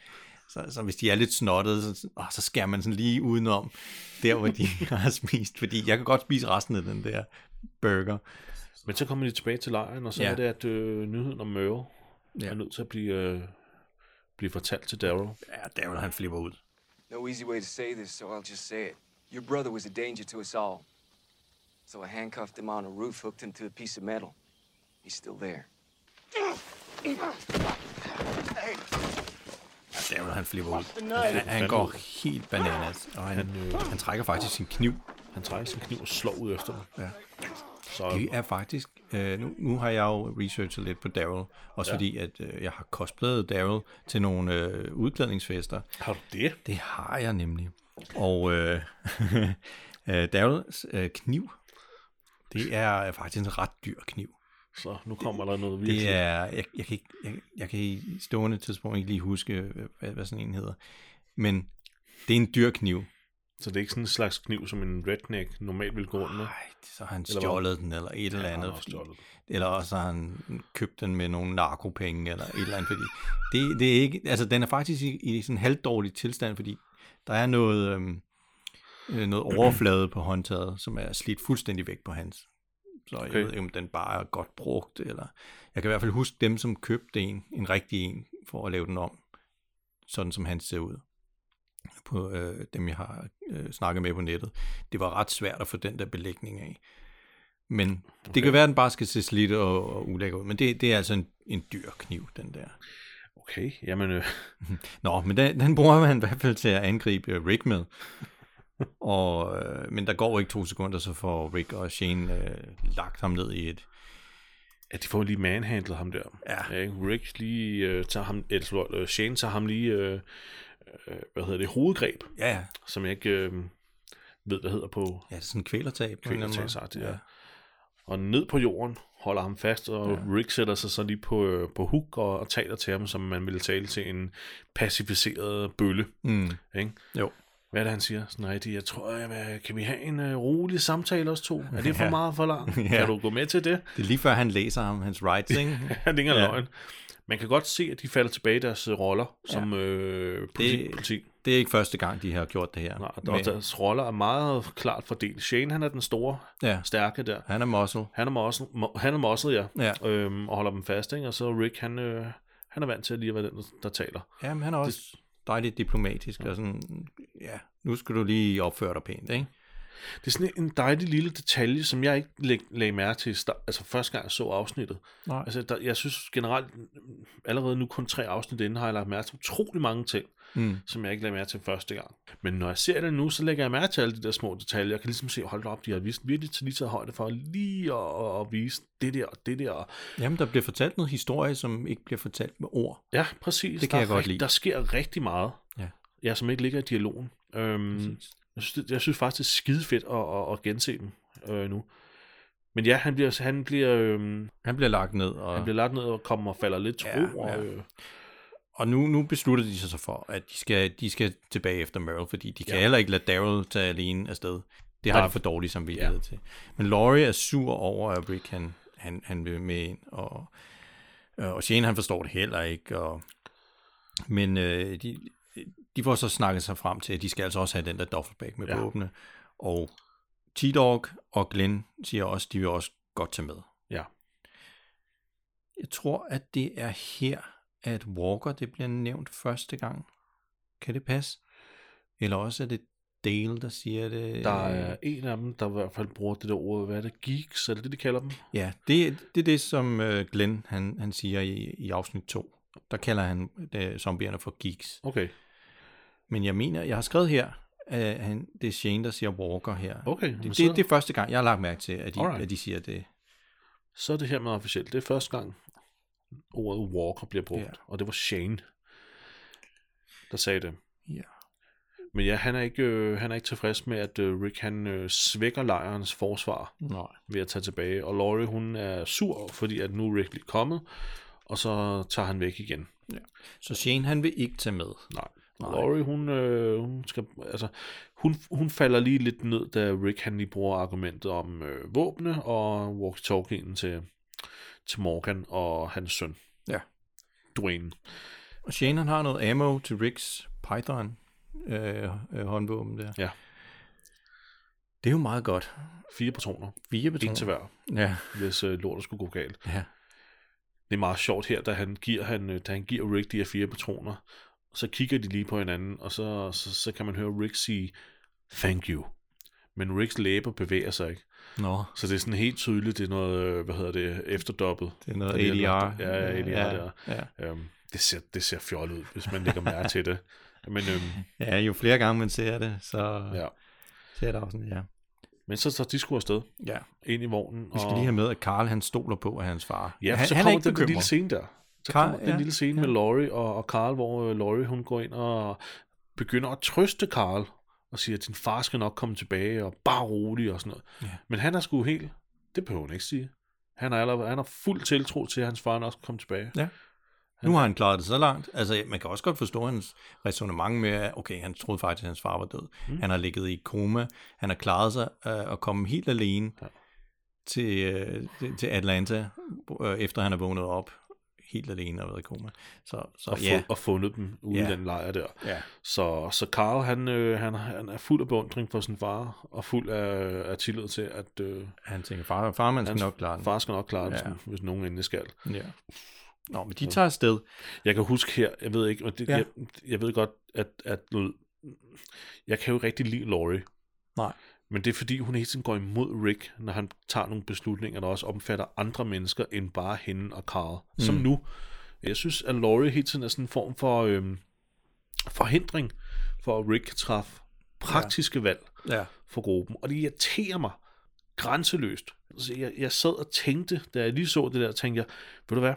B: så, så hvis de er lidt snottede, så, åh, så skærer man sådan lige udenom, der hvor de har spist. Fordi jeg kan godt spise resten af den der burger.
A: men så kommer de tilbage til lejren, og så
B: Ja.
A: ja. er det, at øh, nyheden om Møre
B: Ja.
A: ja. er nødt til at blive, øh, blive fortalt til Darrow.
B: Ja, der hvor han flipper ud.
D: No easy way to say this, so I'll just say it. Your brother was a danger to us all. So I handcuffed him on a roof, hooked him to a piece of metal. He's still there.
B: Ja, der hvor han flipper ud. Han, han går helt bananas, og han, øh, han trækker faktisk sin kniv.
A: Han trækker sin kniv og slår ud efter dem.
B: Ja.
A: Så
B: Det er faktisk, øh, nu, nu har jeg jo researchet lidt på Daryl, også ja. fordi at øh, jeg har cosplayet Daryl til nogle øh, udklædningsfester,
A: har du det?
B: Det har jeg nemlig. Og øh, øh, Daryls øh, kniv, det er faktisk en ret dyr kniv.
A: Så nu kommer der noget virkelig.
B: Det er, jeg, jeg, kan ikke, jeg, jeg kan i stående tidspunkt ikke lige huske, øh, hvad, hvad sådan en hedder. Men det er en dyr kniv.
A: Så det er ikke sådan en slags kniv, som en redneck normalt vil gå rundt med?
B: Ej, så har han
A: Eller hvad?
B: stjålet den, eller et eller
A: han
B: andet.
A: har
B: fordi-
A: stjålet
B: Eller også har han købt den med nogle narkopenge, eller et eller andet, fordi det, det er ikke, altså den er faktisk i, i sådan en halvdårlig tilstand, fordi der er noget, øhm, øh, noget overflade på håndtaget, som er slidt fuldstændig væk på hans. Så okay.
A: Okay.
B: jeg ved ikke, om den bare er godt brugt, eller jeg kan i hvert fald huske dem, som købte en, en rigtig en, for at lave den om, sådan som han ser ud på øh, dem, jeg har øh, snakket med på nettet. Det var ret svært at få den der belægning af. Men okay. det kan være, at den bare skal se slidt og, og ulækker ud. Men det, det er altså en, en dyr kniv, den der.
A: Okay, jamen, øh,
B: Nå, men den, den bruger man i hvert fald til at angribe øh, Rick med. og, øh, men der går ikke to sekunder, så får Rick og Shane øh, lagt ham ned i et...
A: at de får lige manhandlet ham der.
B: Ja.
A: ikke? Rick lige øh, tager ham, eller slår, øh, Shane tager ham lige, øh, øh, hvad hedder det, hovedgreb,
B: Ja, ja.
A: som jeg ikke øh, ved, hvad hedder på
B: Ja, det er sådan en kvælertab. på en eller anden måde.
A: kvindertagsagtigt, ja. Og ned på jorden holder ham fast, og ja. Rick sætter sig så lige på, øh, på hook og, og taler til ham, som man ville tale til en pacificeret bølle.
B: Mm.
A: Ikke?
B: Jo.
A: Hvad er det, han siger? Sådan rigtig, jeg tror, jeg, vil- kan vi have en øh, rolig samtale os to? Er det for
B: Ja.
A: meget for langt?
B: Ja.
A: Kan du gå med til det?
B: Det er lige før, han læser ham, hans rights, ikke?
A: det er ikke engang
B: Ja.
A: løgn. Man kan godt se, at de falder tilbage i deres øh, roller som øh, politi.
B: Det-
A: politi.
B: det er ikke første gang, de har gjort det her.
A: Nej, og deres roller er meget klart fordelt. Shane, han er den store,
B: ja,
A: stærke der.
B: han er muscle.
A: Han er muscle, mu- han er muscle ja.
B: Ja.
A: Øhm, og holder dem fast, ikke? Og så Rick, han, øh, han er vant til at lige at være den, der- der taler.
B: Jamen, han er også dejligt diplomatisk og sådan, ja, nu skal du lige opføre dig pænt, ikke?
A: Det er sådan en dejlig lille detalje, som jeg ikke læg, lagde mærke til, i sta- altså første gang jeg så afsnittet.
B: Nej.
A: Altså, der, jeg synes generelt, mm, allerede nu kun tre afsnit inden, har jeg lagt mærke til utrolig mange ting,
B: Mm.
A: som jeg ikke lagde mærke til første gang. Men når jeg ser det nu, så lægger jeg mærke til alle de der små detaljer. Jeg kan ligesom se, hold da op, de har vist virkelig til lige taget højde for lige at, at, at vise det der og det der. og-
B: Jamen, der bliver fortalt noget historie, som ikke bliver fortalt med ord.
A: Ja, præcis.
B: Det kan
A: der,
B: jeg
A: er
B: godt
A: rigt-
B: lide.
A: Der sker rigtig meget,
B: Ja.
A: ja, som ikke ligger i dialogen. Øhm, jeg, synes, det, jeg synes faktisk, det er skide fedt at, at, at gense dem øh, nu. Men ja, han bliver, han bliver, øhm,
B: Han bliver lagt ned, og,
A: han bliver lagt ned og kommer og falder lidt til
B: Ja,
A: ro. Og,
B: ja.
A: øh,
B: og nu, nu beslutter de sig så for, at de skal, de skal tilbage efter Merle, fordi de kan
A: Ja.
B: heller ikke lade Daryl tage alene afsted. Det har
A: Nej.
B: de for dårlig samvittighed ja. til. Men Laurie er sur over, at Rick han, han, han vil med ind, og, øh, og Shane han forstår det heller ikke. Og, men øh, de, de får så snakket sig frem til, at de skal altså også have den der duffelbag med
A: Ja.
B: ja. våbne. Og T-Dog og Glenn siger også, de vil også godt tage med.
A: ja.
B: Jeg tror, at det er her, at Walker det bliver nævnt første gang. Kan det passe? Eller også er det Dale, der siger det. Øh,
A: Der er en af dem, der i hvert fald bruger det der ord, hvad er det, geeks, er det det, de kalder dem?
B: Ja, det, det er det, som øh, Glenn han, han siger i, i afsnit 2. Der kalder han øh, zombierne for geeks.
A: Okay,
B: Men jeg mener, jeg har skrevet her, at han, det er Shane, der siger Walker her.
A: Okay, men
B: det, det,
A: så-
B: det er første gang, jeg har lagt mærke til, at de,
A: Alright.
B: at de siger det.
A: så er det her med officielt. Det er første gang, ordet walker bliver brugt,
B: Ja.
A: og det var Shane, der sagde det.
B: Ja.
A: Men ja, han er ikke, øh, han er ikke tilfreds med, at øh, Rick han øh, svækker lejrens forsvar
B: Nej.
A: ved at tage tilbage. Og Laurie, hun er sur, fordi at nu er Rick lige kommet, og så tager han væk igen.
B: Så Shane, han vil ikke tage med.
A: Nej.
B: Nej.
A: Laurie, hun, øh, hun, skal, altså, hun, hun falder lige lidt ned, da Rick han lige bruger argumentet om øh, våbne og walkie-talkien til, til Morgan og hans søn,
B: Ja.
A: Dwayne.
B: Og Shane, han har noget ammo til Ricks Python øh, øh, håndvåben der.
A: Ja.
B: Det er jo meget godt.
A: Fire patroner.
B: Fire
A: En til
B: betoner.
A: hver,
B: Ja,
A: hvis øh, lortet skulle gå galt.
B: ja.
A: det er meget sjovt her, da han giver, han, øh, da han giver Rick de her fire patroner, så kigger de lige på hinanden, og så, så, så kan man høre Rick sige, thank you. Men Ricks læber bevæger sig ikke.
B: Nå.
A: Så det er sådan helt tydeligt, det er noget, øh, hvad hedder det, efterdoppet.
B: Det er noget
A: Der bliver lagt-
B: ADR.
A: Ja, ja, ADR, ja.
B: ja,
A: Der.
B: ja.
A: Øhm, det, ser, det ser fjollet ud, hvis man lægger mærke til det. Men, øhm,
B: ja, jo flere gange man ser det, så ja.
A: ja.
B: ser det afsnit, ja.
A: Men så tager de sgu afsted
B: Ja,
A: ind i vognen.
B: vi skal
A: og...
B: lige have med, at Karl han stoler på, at hans far.
A: Ja,
B: han,
A: så
B: han
A: kommer
B: er ikke
A: den der
B: bekymret.
A: lille scene der. Så
B: Carl-
A: kommer den
B: ja,
A: lille scene med Laurie og, og Carl, hvor øh, Laurie hun går ind og begynder at trøste Carl og siger, at din far skal nok komme tilbage og bare rolig og sådan noget.
B: Ja.
A: Men han er sgu helt, det behøver hun ikke sige. Han har, allerede, han har fuld tiltro til, at hans far nok skal komme tilbage.
B: Ja. Nu har han klaret det så langt. Altså, man kan også godt forstå hans resonemang med, at okay, han troede faktisk, at hans far var død. Mm. Han har ligget i koma. Han har klaret sig øh, at komme helt alene
A: Ja.
B: ja. til, øh, til- til Atlanta, øh, efter han er vågnet op helt alene og været i koma. Så, så
A: Og,
B: ja.
A: fu- og fundet dem ude
B: Ja.
A: i den lejr der.
B: Ja.
A: Så, så Carl, han, øh, han, han er fuld af beundring for sin far, og fuld af, af tillid til, at øh,
B: Han tænker, far, farmand skal
A: hans
B: nok klare den.
A: far skal nok klare det,
B: Ja.
A: ja. hvis nogen endelig skal.
B: Ja. Nå, men de tager afsted.
A: Jeg kan huske her, jeg ved ikke, og det, ja.
B: Ja.
A: jeg, jeg ved godt, at, at jeg kan jo ikke rigtig lide Laurie,
B: Nej.
A: Men det er fordi, hun hele tiden går imod Rick, når han tager nogle beslutninger, der også omfatter andre mennesker end bare hende og Carl. Mm. Som nu. Jeg synes, at Laurie hele tiden er sådan en form for øhm, forhindring for, at Rick kan træffe praktiske ja. valg
B: Ja.
A: for gruppen, og det irriterer mig grænseløst. Så jeg, jeg sad og tænkte, da jeg lige så det der, tænkte jeg, ved du hvad,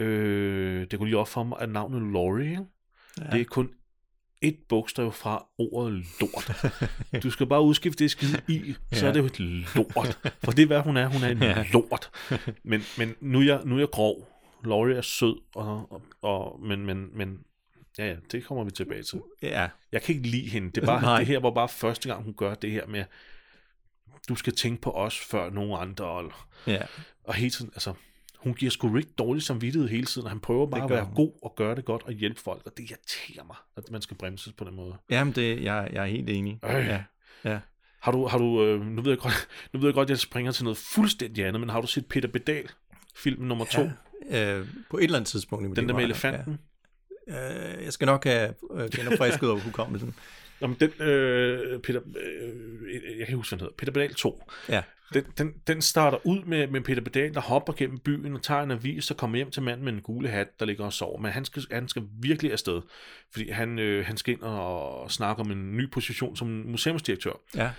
A: øh, det kunne lige op for mig, at navnet Laurie, ikke? ja. det er kun et bogstav fra ordet lort. Du skal bare udskifte det skide i, så
B: Ja.
A: er det jo et lort. For det er, hvad hun er. Hun er en
B: Ja.
A: lort. Men, men nu, er jeg, nu er jeg grov. Laurie er sød, og, og, og, men, men, men ja, ja, det kommer vi tilbage til.
B: Ja.
A: Jeg kan ikke lide hende. Det, er bare,
B: Nej.
A: det her var bare første gang, hun gør det her med, du skal tænke på os før nogen andre. Og,
B: Ja.
A: og hele tiden, altså, hun giver sgu Rick dårlig samvittighed hele tiden, og han prøver bare at
B: gør
A: være
B: hun.
A: god og gøre det godt og hjælpe folk, og det irriterer mig, at man skal bremses på den måde.
B: Jamen, det, jeg, jeg er helt enig.
A: Øh.
B: Ja. Ja.
A: Har du, har du øh, nu, ved jeg godt, nu ved jeg godt, jeg springer til noget fuldstændig andet, men har du set Peter Bedal, film nummer to, ja,
B: Øh, på et eller andet tidspunkt. i mit
A: den
B: liv
A: der
B: har
A: med
B: jeg-
A: elefanten? Ja.
B: Ja. Øh, jeg skal nok have øh, genopfrisket over hukommelsen.
A: Jamen, den, øh, Peter, øh, jeg kan ikke huske, hvad den hedder, Peter Bedal 2,
B: Ja.
A: Den, den, den starter ud med, med Peter Pedal, der hopper gennem byen og tager en avis og kommer hjem til manden med en gule hat, der ligger og sover. Men han skal, han skal virkelig afsted, fordi han, øh, han skal ind og, og snakke om en ny position som museumsdirektør.
B: Ja.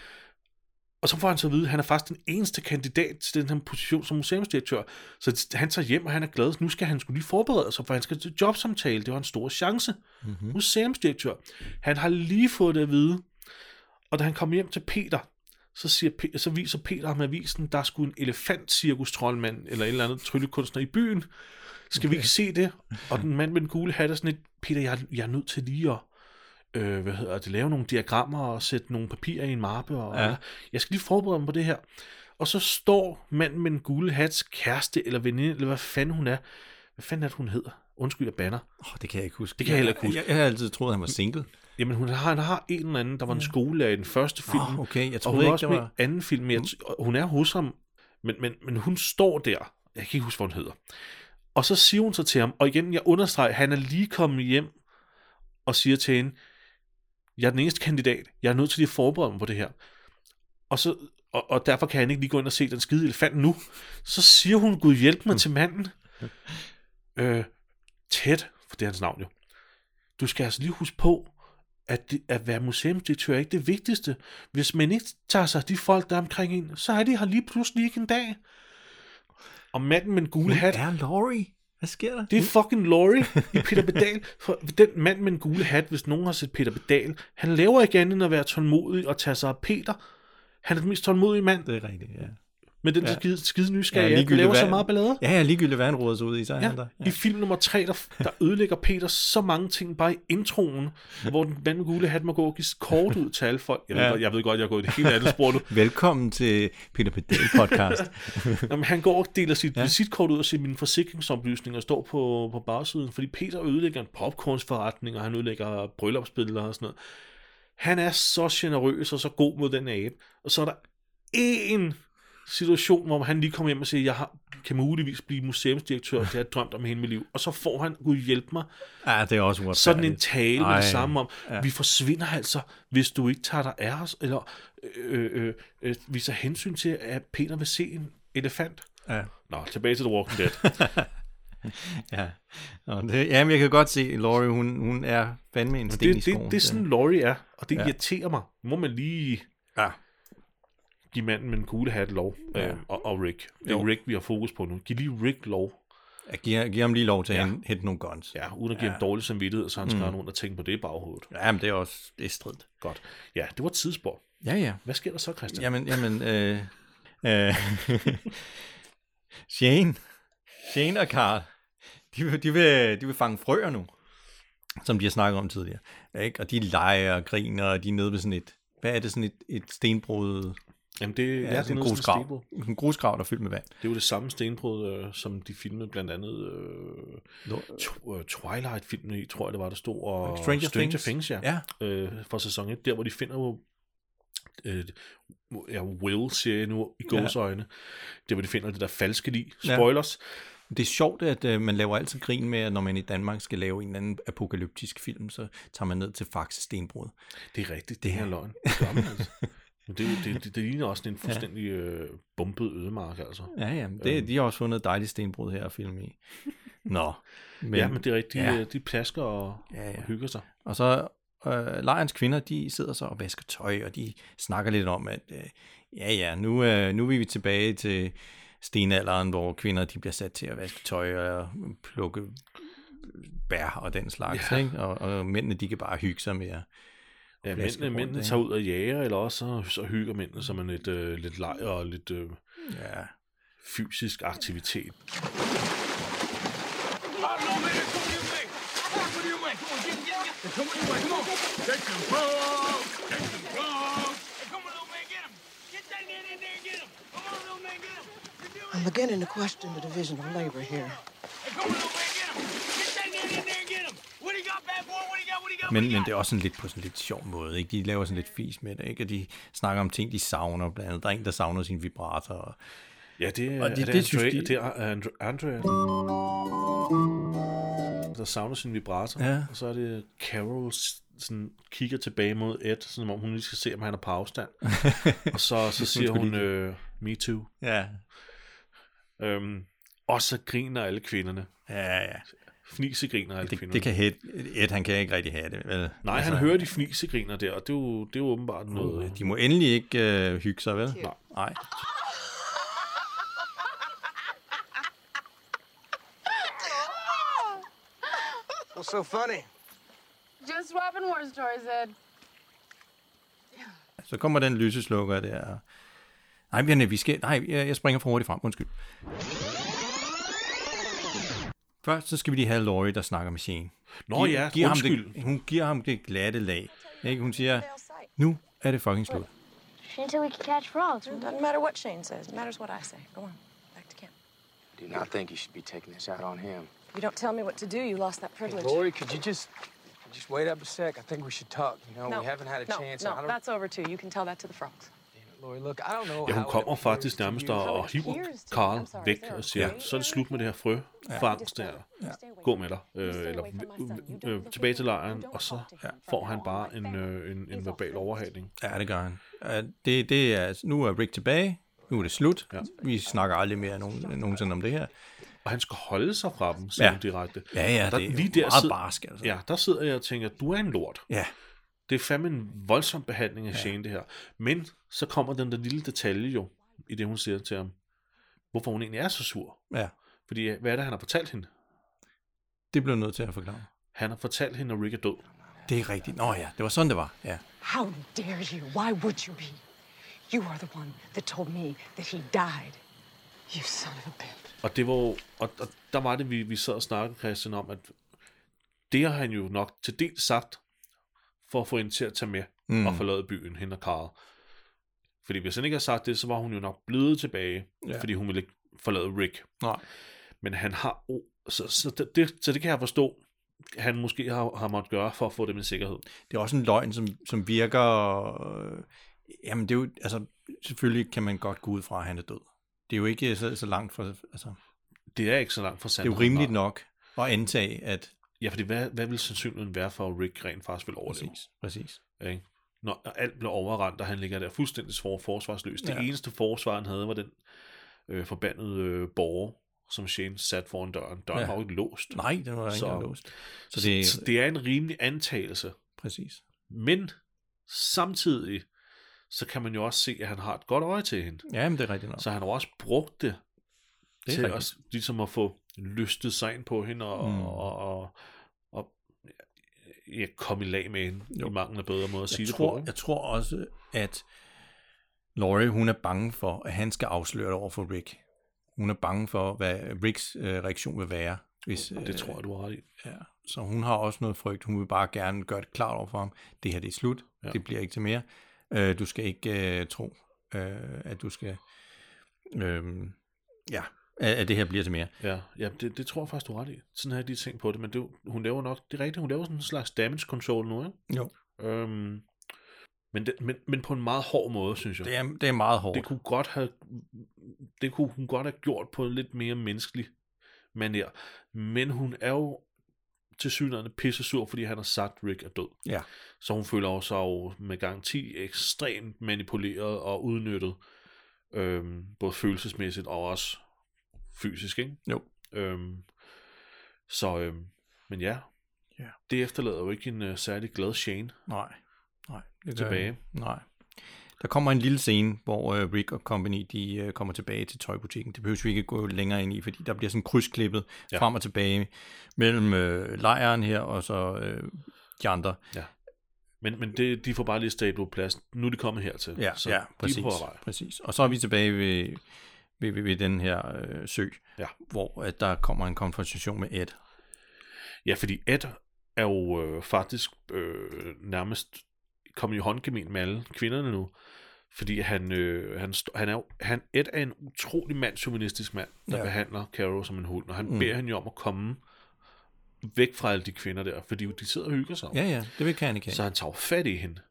A: Og så får han så at vide, at han er faktisk den eneste kandidat til den her position som museumsdirektør. Så t- han tager hjem, og han er glad. Nu skal han skulle lige forberede sig, for han skal til jobsamtale. Det var en stor chance. Mm-hmm. Museumsdirektør. Han har lige fået det at vide. Og da han kommer hjem til Peter, så, siger Pe- så viser Peter ham avisen, der skulle en elefantcirkustrolmand eller en eller anden tryllekunstner i byen. Skal okay. vi ikke se det? Og den mand med den gule hat er sådan lidt, Peter, jeg, jeg er nødt til lige at øh, hvad hedder det, lave nogle diagrammer og sætte nogle papirer i en mappe. Og,
B: Ja.
A: ja. Jeg skal lige forberede mig på det her. Og så står manden med den gule hats kæreste eller veninde, eller hvad fanden hun er. Hvad fanden er det, hun hedder? Undskyld, jeg banner.
B: Oh, det kan jeg ikke huske.
A: Det kan jeg heller ikke huske.
B: Jeg, jeg, jeg har altid troet, han var single.
A: Jamen, hun har, han har en eller anden, der var en skolelærer i den første film.
B: Nå, okay. Jeg
A: og
B: troede
A: hun er
B: ikke,
A: også
B: det
A: med i
B: var- Mm.
A: anden film. men Jeg t- og hun er hos ham, men, men, men hun står der. Jeg kan ikke huske, hvad hun hedder. Og så siger hun så til ham, og igen, jeg understreger, han er lige kommet hjem og siger til hende, jeg er den eneste kandidat, jeg er nødt til lige at forberede mig på det her. Og, så, og, og derfor kan han ikke lige gå ind og se den skide elefant nu. Så siger hun, Gud hjælp mig til manden. Øh, Ted, for det er hans navn jo. Du skal altså lige huske på, at, det, at være museumsdirektør er ikke det vigtigste. Hvis man ikke tager sig af de folk, der er omkring en, så er de her lige pludselig ikke en dag. Og manden med en gule
B: Hun
A: hat,
B: er Laurie. Hvad sker der?
A: det er fucking Laurie i Peter Bedal. For den mand med en gule hat, hvis nogen har set Peter Bedal, han laver ikke andet end at være tålmodig og tage sig af Peter. Han er den mest tålmodige mand
B: det er rigtigt, ja.
A: med den
B: Ja.
A: ja. skide, skide nysgerrige, ja, der
B: ligegyldigt
A: laver så
B: hvad-
A: meget ballade.
B: Ja, ja, ligegyldigt hvad han roder sig ud i, så er
A: Ja,
B: han der.
A: I film nummer 3, der, der ødelægger Peter så mange ting bare i introen, hvor den mand med gule hat må gå og give kort ud til alle folk. Jeg ved,
B: Ja.
A: ja. godt, jeg ved godt, jeg er gået i et helt andet spor nu.
B: Velkommen til Peter Pedal podcast.
A: Jamen, han går og deler sit
B: Ja.
A: ja. visitkort ud og siger mine forsikringsoplysninger står på, på bagsiden, fordi Peter ødelægger en popcornsforretning, og han ødelægger bryllupsbilleder og sådan noget. Han er så generøs og så god mod den abe. Og så er der én situation, hvor han lige kommer hjem og siger, jeg har, kan muligvis blive museumsdirektør, det har jeg drømt om hele mit liv. Og så får han, gud hjælp mig,
B: ja, Ah, det er også uretfærdigt.
A: sådan en tale med
B: Ej,
A: det samme om,
B: ja.
A: ja. vi forsvinder altså, hvis du ikke tager dig af os, eller øh, øh, øh, viser hensyn til, at Peter vil se en elefant.
B: Ja,
A: Nå, tilbage til The Walking Dead.
B: ja. Nå, det, jamen, jeg kan godt se, Laurie, hun, hun er fandme en sten i
A: det,
B: skoen.
A: det, det er sådan,
B: Den-
A: Laurie er, og det
B: Ja.
A: ja. irriterer mig. Nu må man lige
B: Ja.
A: give manden med en kugle hat lov,
B: Ja.
A: ja. øhm, og, og Rick. Det er
B: Jo.
A: jo. Rick, vi har fokus på nu. Giv lige Rick lov,
B: Jeg giver, giver ham lige lov til at
A: Ja.
B: hente- hente nogle guns.
A: ja, uden at give ja. ham dårlig samvittighed, så han skal mm. rundt og tænke på det i baghovedet.
B: Ja, men det er også det er stridt.
A: Godt. Ja, det var et tidsspor.
B: Ja, ja.
A: Hvad sker der så, Christian?
B: Jamen, jamen, øh, øh, Shane, Shane og Carl, de vil, de, vil, de vil fange frøer nu, som de har snakket om tidligere. Ikke? Og de leger og griner, og de er nede ved sådan et, hvad er det, sådan et, et stenbrud?
A: Jamen det, ja, det er
B: sådan en
A: noget sådan
B: grusgrav.
A: stenbrud.
B: En grusgrav, der er fyldt med vand.
A: Det er jo det samme stenbrud, øh, som de filmede blandt andet øh, tw- øh, Twilight-filmene i, tror jeg det var, der stod, og
B: Stranger Things.
A: Things ja, ja. Øh, fra sæson 1, der hvor de finder jo øh, ja, Will, siger jeg nu, i
B: Ja.
A: gåseøjne, der hvor de finder det der falske lige,
B: Ja.
A: spoilers,
B: Det er sjovt, at øh, man laver altid grin med, at når man i Danmark skal lave en eller anden apokalyptisk film, så tager man ned til Faxe Stenbrud.
A: det er rigtigt, det her løgn, det gør man altså. Men det, det, det, det ligner også sådan en fuldstændig øh, bumpet ødemark, altså.
B: Ja, ja, men det, de har også fundet et dejligt stenbrud her at filme i. Øh. Nå, men,
A: Ja, men det er rigtigt.
B: Ja.
A: Ja. De plasker og,
B: Ja,
A: ja,
B: ja.
A: ja. og hygger sig.
B: Og så øh, lejrens kvinder, de sidder så og vasker tøj, og de snakker lidt om, at øh, ja, ja, nu, øh, nu er vi tilbage til stenalderen, hvor kvinder de bliver sat til at vaske tøj og øh, plukke bær og den slags, ja. ikke? Og, og mændene, de kan bare hygge sig mere.
A: Ja,
B: plasker
A: mændene,
B: rundt,
A: mændene
B: ikke?
A: tager ud og jager, eller også så, så hygger mændene som en lidt, øh, lidt leg og lidt øh,
B: Ja.
A: fysisk aktivitet.
H: I'm beginning to question the division of labor here.
B: Men, men det er også sådan lidt på sådan lidt sjov måde, ikke? De laver sådan lidt fis med det, ikke? Og de snakker om ting, de savner, blandt andet. Der er en, der savner sin vibrator, og
A: Ja, det er,
B: Og
A: og
B: det-
A: det, er det,
B: det synes
A: Andrea,
B: de-
A: det er Andre, Andrea, der savner sin vibrator.
B: Ja.
A: Og så er det Carol s- sådan kigger tilbage mod Ed, sådan, om hun lige skal se, om han er på afstand. og så, så siger hun, øh, me too.
B: ja,
A: Øhm, og så griner alle kvinderne.
B: ja, ja.
A: Fnisegriner alle
B: Det,
A: kvinderne.
B: det kan Ed, Ed, han kan ikke rigtig have det, vel?
A: Nej, altså, han hører de fnisegriner der, og det er jo, det er jo åbenbart noget.
B: Øh, De må endelig ikke øh, hygge sig, vel?
A: Nej.
B: Nej.
C: What's so funny?
G: Just swapping war stories, Ed.
B: Så kommer den lyseslukker der. Nej, vi, vi skal, nej jeg, jeg springer for hurtigt frem. Undskyld. Først så skal vi lige have Laurie, der snakker med Shane.
A: Nå
B: Gi-
A: ja,
B: giver ham
A: undskyld.
B: det, hun giver ham det glatte lag. Ikke? Hun siger, nu er det fucking slut.
F: Shane said we could catch frogs.
I: Doesn't matter what Shane says. It matters what I say. Go on. Back to camp.
D: I do not think you should be taking this out on him.
I: You don't tell me what to do. You lost that privilege.
D: Lori, could you just just wait up a sec? I think we should talk. You know,
I: no,
D: we haven't had a
I: no,
D: chance. and I
I: No,
D: don't,
I: that's over too. You can tell that to the frogs.
D: Lori, look, I don't know
A: Ja,
D: how
A: hun
D: it
A: kommer
D: appears
A: faktisk
D: to
A: nærmest
D: you.
A: og, og hiver Karl væk og siger, ja. så er det slut med det her frøfangst der. Ja. Gå med dig. Øh, eller øh, øh, tilbage til lejren, og så ja. får han bare en, øh, en, en verbal overhaling.
B: Ja, det gør han. Ja, Det, det er, nu er Rick tilbage. Nu er det slut. Ja. Vi snakker aldrig mere nogen, nogensinde om det her.
A: Og han skal holde sig fra dem, siger
B: Ja.
A: ja. direkte.
B: Ja, ja,
A: Der-
B: det er
A: lige
B: lige
A: der
B: meget
A: sid-
B: barsk. Altså.
A: Ja, der sidder jeg og tænker, du er en lort.
B: ja.
A: Det er fandme en voldsom behandling af ja. Shane, det her. Men så kommer den der lille detalje jo, i det hun siger til ham. Hvorfor hun egentlig er så sur.
B: ja.
A: Fordi øh, hvad er det, han har fortalt hende?
B: Det blev jeg nødt til at forklare.
A: Han har fortalt hende, at Rick er død.
B: Det er rigtigt. Nå ja, det var sådan, det var. Ja.
I: How dare you? Why would you be? You are the one that told me that he died. You son of a bitch.
A: Og det var jo, og, og der var det, vi, vi sad og snakkede, Christian, om, at det har han jo nok til dels sagt, for at få hende til at tage med mm. og forlade byen, hende og Karl. Fordi hvis han ikke havde sagt det, så var hun jo nok blevet tilbage,
B: Ja.
A: ja. fordi hun ville ikke forlade Rick.
B: Nej.
A: Men han har, oh, så, så, det- det, så det kan jeg forstå, han måske har, har måttet gøre for at få det med sikkerhed.
B: Det er også en løgn, som, som virker... Øh, jamen, det er jo... Altså, selvfølgelig kan man godt gå ud fra, at han er død. Det er jo ikke så, så langt fra... Altså,
A: Det er ikke så langt fra
B: det er
A: sandheden.
B: jo rimeligt
A: bare.
B: nok at antage, at...
A: Ja, fordi hvad, hvad vil sandsynligheden være for, at Rick rent faktisk vil overleve?
B: Præcis. Præcis.
A: Ikke? Når når alt blev overrendt, og han ligger der fuldstændig svår forsvarsløs. Det
B: Ja.
A: ja. eneste forsvar, han havde, var den øh, forbandede øh, borger, som Shane satte foran døren. Døren
B: Ja.
A: ja. var jo ikke låst.
B: Nej, den var ikke
A: Så-
B: engang låst. Så
A: Så
B: det er...
A: det, så det er en rimelig antagelse.
B: Præcis.
A: Men samtidig, så kan man jo også se, at han har et godt øje til hende.
B: Ja, men det er rigtigt nok.
A: Så han har jo også brugt det,
B: Det er
A: det til
B: rigtigt.
A: også ligesom at få lystet sig ind på hende og, mm. og, og, og ja, komme i lag med hende jo. i mangel af bedre måde at sige
B: jeg
A: det på.
B: tror,
A: ikke?
B: jeg tror også, at Laurie, hun er bange for, at han skal afsløre det over for Rick. Hun er bange for, hvad Ricks øh, reaktion vil være. Hvis, øh,
A: Det tror jeg, du har ret i.
B: Ja. Så hun har også noget frygt. Hun vil bare gerne gøre det klart over for ham. Det her, det er slut. Ja.
A: Ja.
B: Det bliver ikke til mere. Øh, du skal ikke øh, tro, øh, at du skal... Øh, ja, at, at det her bliver til mere.
A: Ja, ja det, det tror jeg faktisk, du har ret i. Sådan har jeg lige tænkt på det, men det, er jo- hun laver nok, det er rigtigt, hun laver sådan en slags damage control nu, ikke?
B: Jo.
A: Øhm, men, det, men, men på en meget hård måde, synes jeg.
B: Det er, det er meget hårdt.
A: det kunne godt have, det kunne hun godt have gjort på en lidt mere menneskelig manier. Men hun er jo til synligheden pisse sur, fordi han har sagt, at Rick er død.
B: Ja.
A: Så hun føler også sig jo med garanti ekstremt manipuleret og udnyttet, øhm, både følelsesmæssigt og også fysisk. Ikke?
B: Jo.
A: Øhm, så, øhm, men ja.
B: Ja.
A: Det efterlader jo ikke en øh, særlig glad Shane.
B: Nej. Nej. Det
A: Tilbage.
B: Nej. Der kommer en lille scene, hvor øh, Rick og company de øh, kommer tilbage til tøjbutikken. Det behøver vi ikke gå længere ind i, fordi der bliver sådan krydsklippet
A: Ja.
B: ja. frem og tilbage mellem øh, lejren her og så øh, de andre.
A: Men, men det, de får bare lige statueplads. Nu er de kommet hertil.
B: Ja,
A: så
B: ja
A: de
B: præcis,
A: er på vej.
B: præcis. Og så er vi tilbage ved, ved, ved, ved den her øh, sø,
A: Ja.
B: hvor at der kommer en konfrontation med Ed.
A: Ja, fordi Ed er jo øh, faktisk øh, nærmest kommet i håndgemen med alle kvinderne nu. Fordi han, øh, han, st- han er jo, han, Ed er en utrolig mandsjuvenistisk mand, der ja.
B: Ja.
A: behandler Carol som en hund. Og han mm. beder hende jo om at komme væk fra alle de kvinder der, fordi de sidder og hygger sig.
B: Ja, ja, det vil kan ikke.
A: Så han tager jo fat i hende.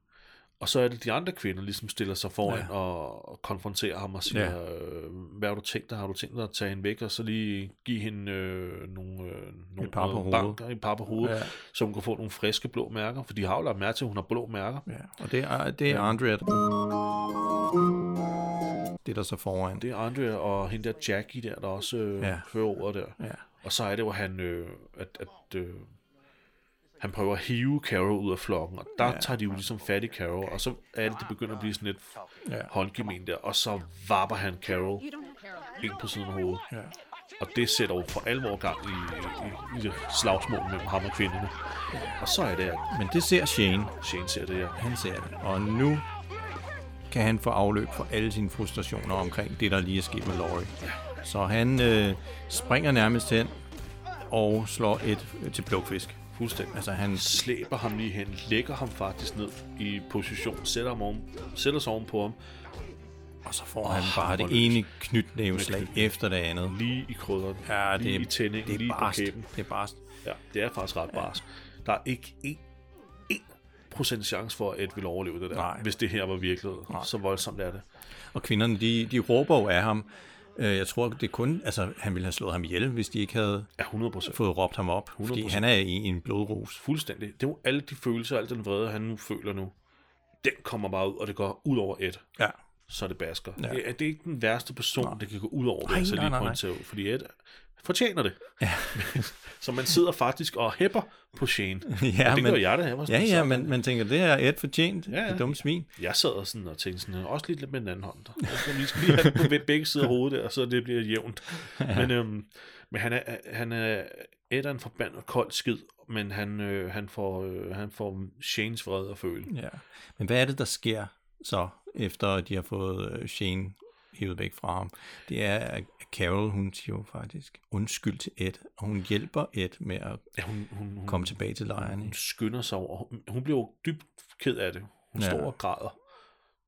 A: Og så er det de andre kvinder, ligesom stiller sig foran ja.
B: Ja.
A: og og konfronterer ham og siger, ja. øh, hvad har du tænkt dig? Har du tænkt dig at tage hende væk? Og så lige give hende øh, nogle, øh, nogle
B: par på
A: nogle
B: hovedet.
A: banker, et par på hovedet, ja.
B: Ja.
A: så hun kan få nogle friske blå mærker. For de har jo lagt mærke til, at hun har blå mærker.
B: Ja, og det er, det er Andrea. Det er der så foran.
A: Det er Andre og hende der Jackie der, der også øh, ja.
B: Ja.
A: hører ordet der.
B: Ja.
A: Og så er det jo, at han, øh, at, at øh, han prøver at hive Carol ud af flokken, og der ja. tager de jo ligesom fat i Carol, og så er det, det begynder at blive sådan lidt ja.
B: Ja.
A: håndgemen der, og så vapper han Carol ind på siden af hovedet. Ja. Og det sætter jo for alvor gang i, i, i det slagsmål mellem ham og kvinderne. Og så er det, at
B: Men det ser Shane.
A: Shane ser det her.
B: Han ser det. Og nu kan han få afløb for alle sine frustrationer omkring det, der lige er sket med Laurie. Så han øh, springer nærmest hen og slår et øh, til blåfisk.
A: Fuldstændig.
B: Altså han...
A: slæber ham lige hen, lægger ham faktisk ned i position, sætter, ham oven, sætter sig ovenpå ham,
B: Og så får han
A: hvor
B: bare det
A: løs.
B: ene knytnæveslag efter det andet.
A: lige i krydderen,
B: Ja,
A: lige
B: det,
A: i tændingen,
B: det
A: lige
B: er barst.
A: på kæben.
B: Det er barst.
A: Ja, det er faktisk ret barsk. Der er ikke en, en procent chance for, at Ed vil overleve det der,
B: Nej.
A: hvis det her var virkelighed. Så voldsomt er det.
B: Og kvinderne, de, de råber jo af ham. Øh, Jeg tror, det er kun... Altså, han ville have slået ham ihjel, hvis de ikke havde
A: Ja, 100 procent.
B: fået råbt ham op. Fordi
A: 100%.
B: han er i en blodrus.
A: Fuldstændig. Det er jo alle de følelser, al den vrede, han nu føler nu. Den kommer bare ud, og det går ud over Ed.
B: Ja,
A: Så er det basker. Ja.
B: Ja.
A: Det, er, det er ikke den værste person, nej. det kan gå ud over nej, det, altså
B: nej,
A: lige
B: nej, nej.
A: pointere ud, fordi Ed fortjener det. Ja. så man sidder faktisk og hæpper på Shane.
B: Ja,
A: og det
B: men-
A: gør jeg da. Jeg, var sådan,
B: ja, ja
A: sådan.
B: man, man tænker, det er Ed fortjent. Ja,
A: ja.
B: ja. Det dumme svin.
A: Jeg sad og sådan og tænkte sådan, øh, også lidt, lidt med den anden hånd. Der. Jeg skal lige, skal lige have den på begge sider af hovedet der, så det bliver jævnt. Men, øhm, men han er, han er Ed er en forbandet kold skid, men han, øh, han, får, øh, han får Shanes vrede at føle.
B: Ja. Men hvad er det, der sker så, efter de har fået øh, Shane hævet væk fra ham? Det er, at Carol, hun siger jo faktisk undskyld til Ed, og hun hjælper Ed med at
A: Ja, hun, hun, hun,
B: komme tilbage til lejren.
A: hun
B: ikke?
A: skynder sig over. Hun, hun bliver jo dybt ked af det. Hun ja.
B: Ja.
A: står og græder,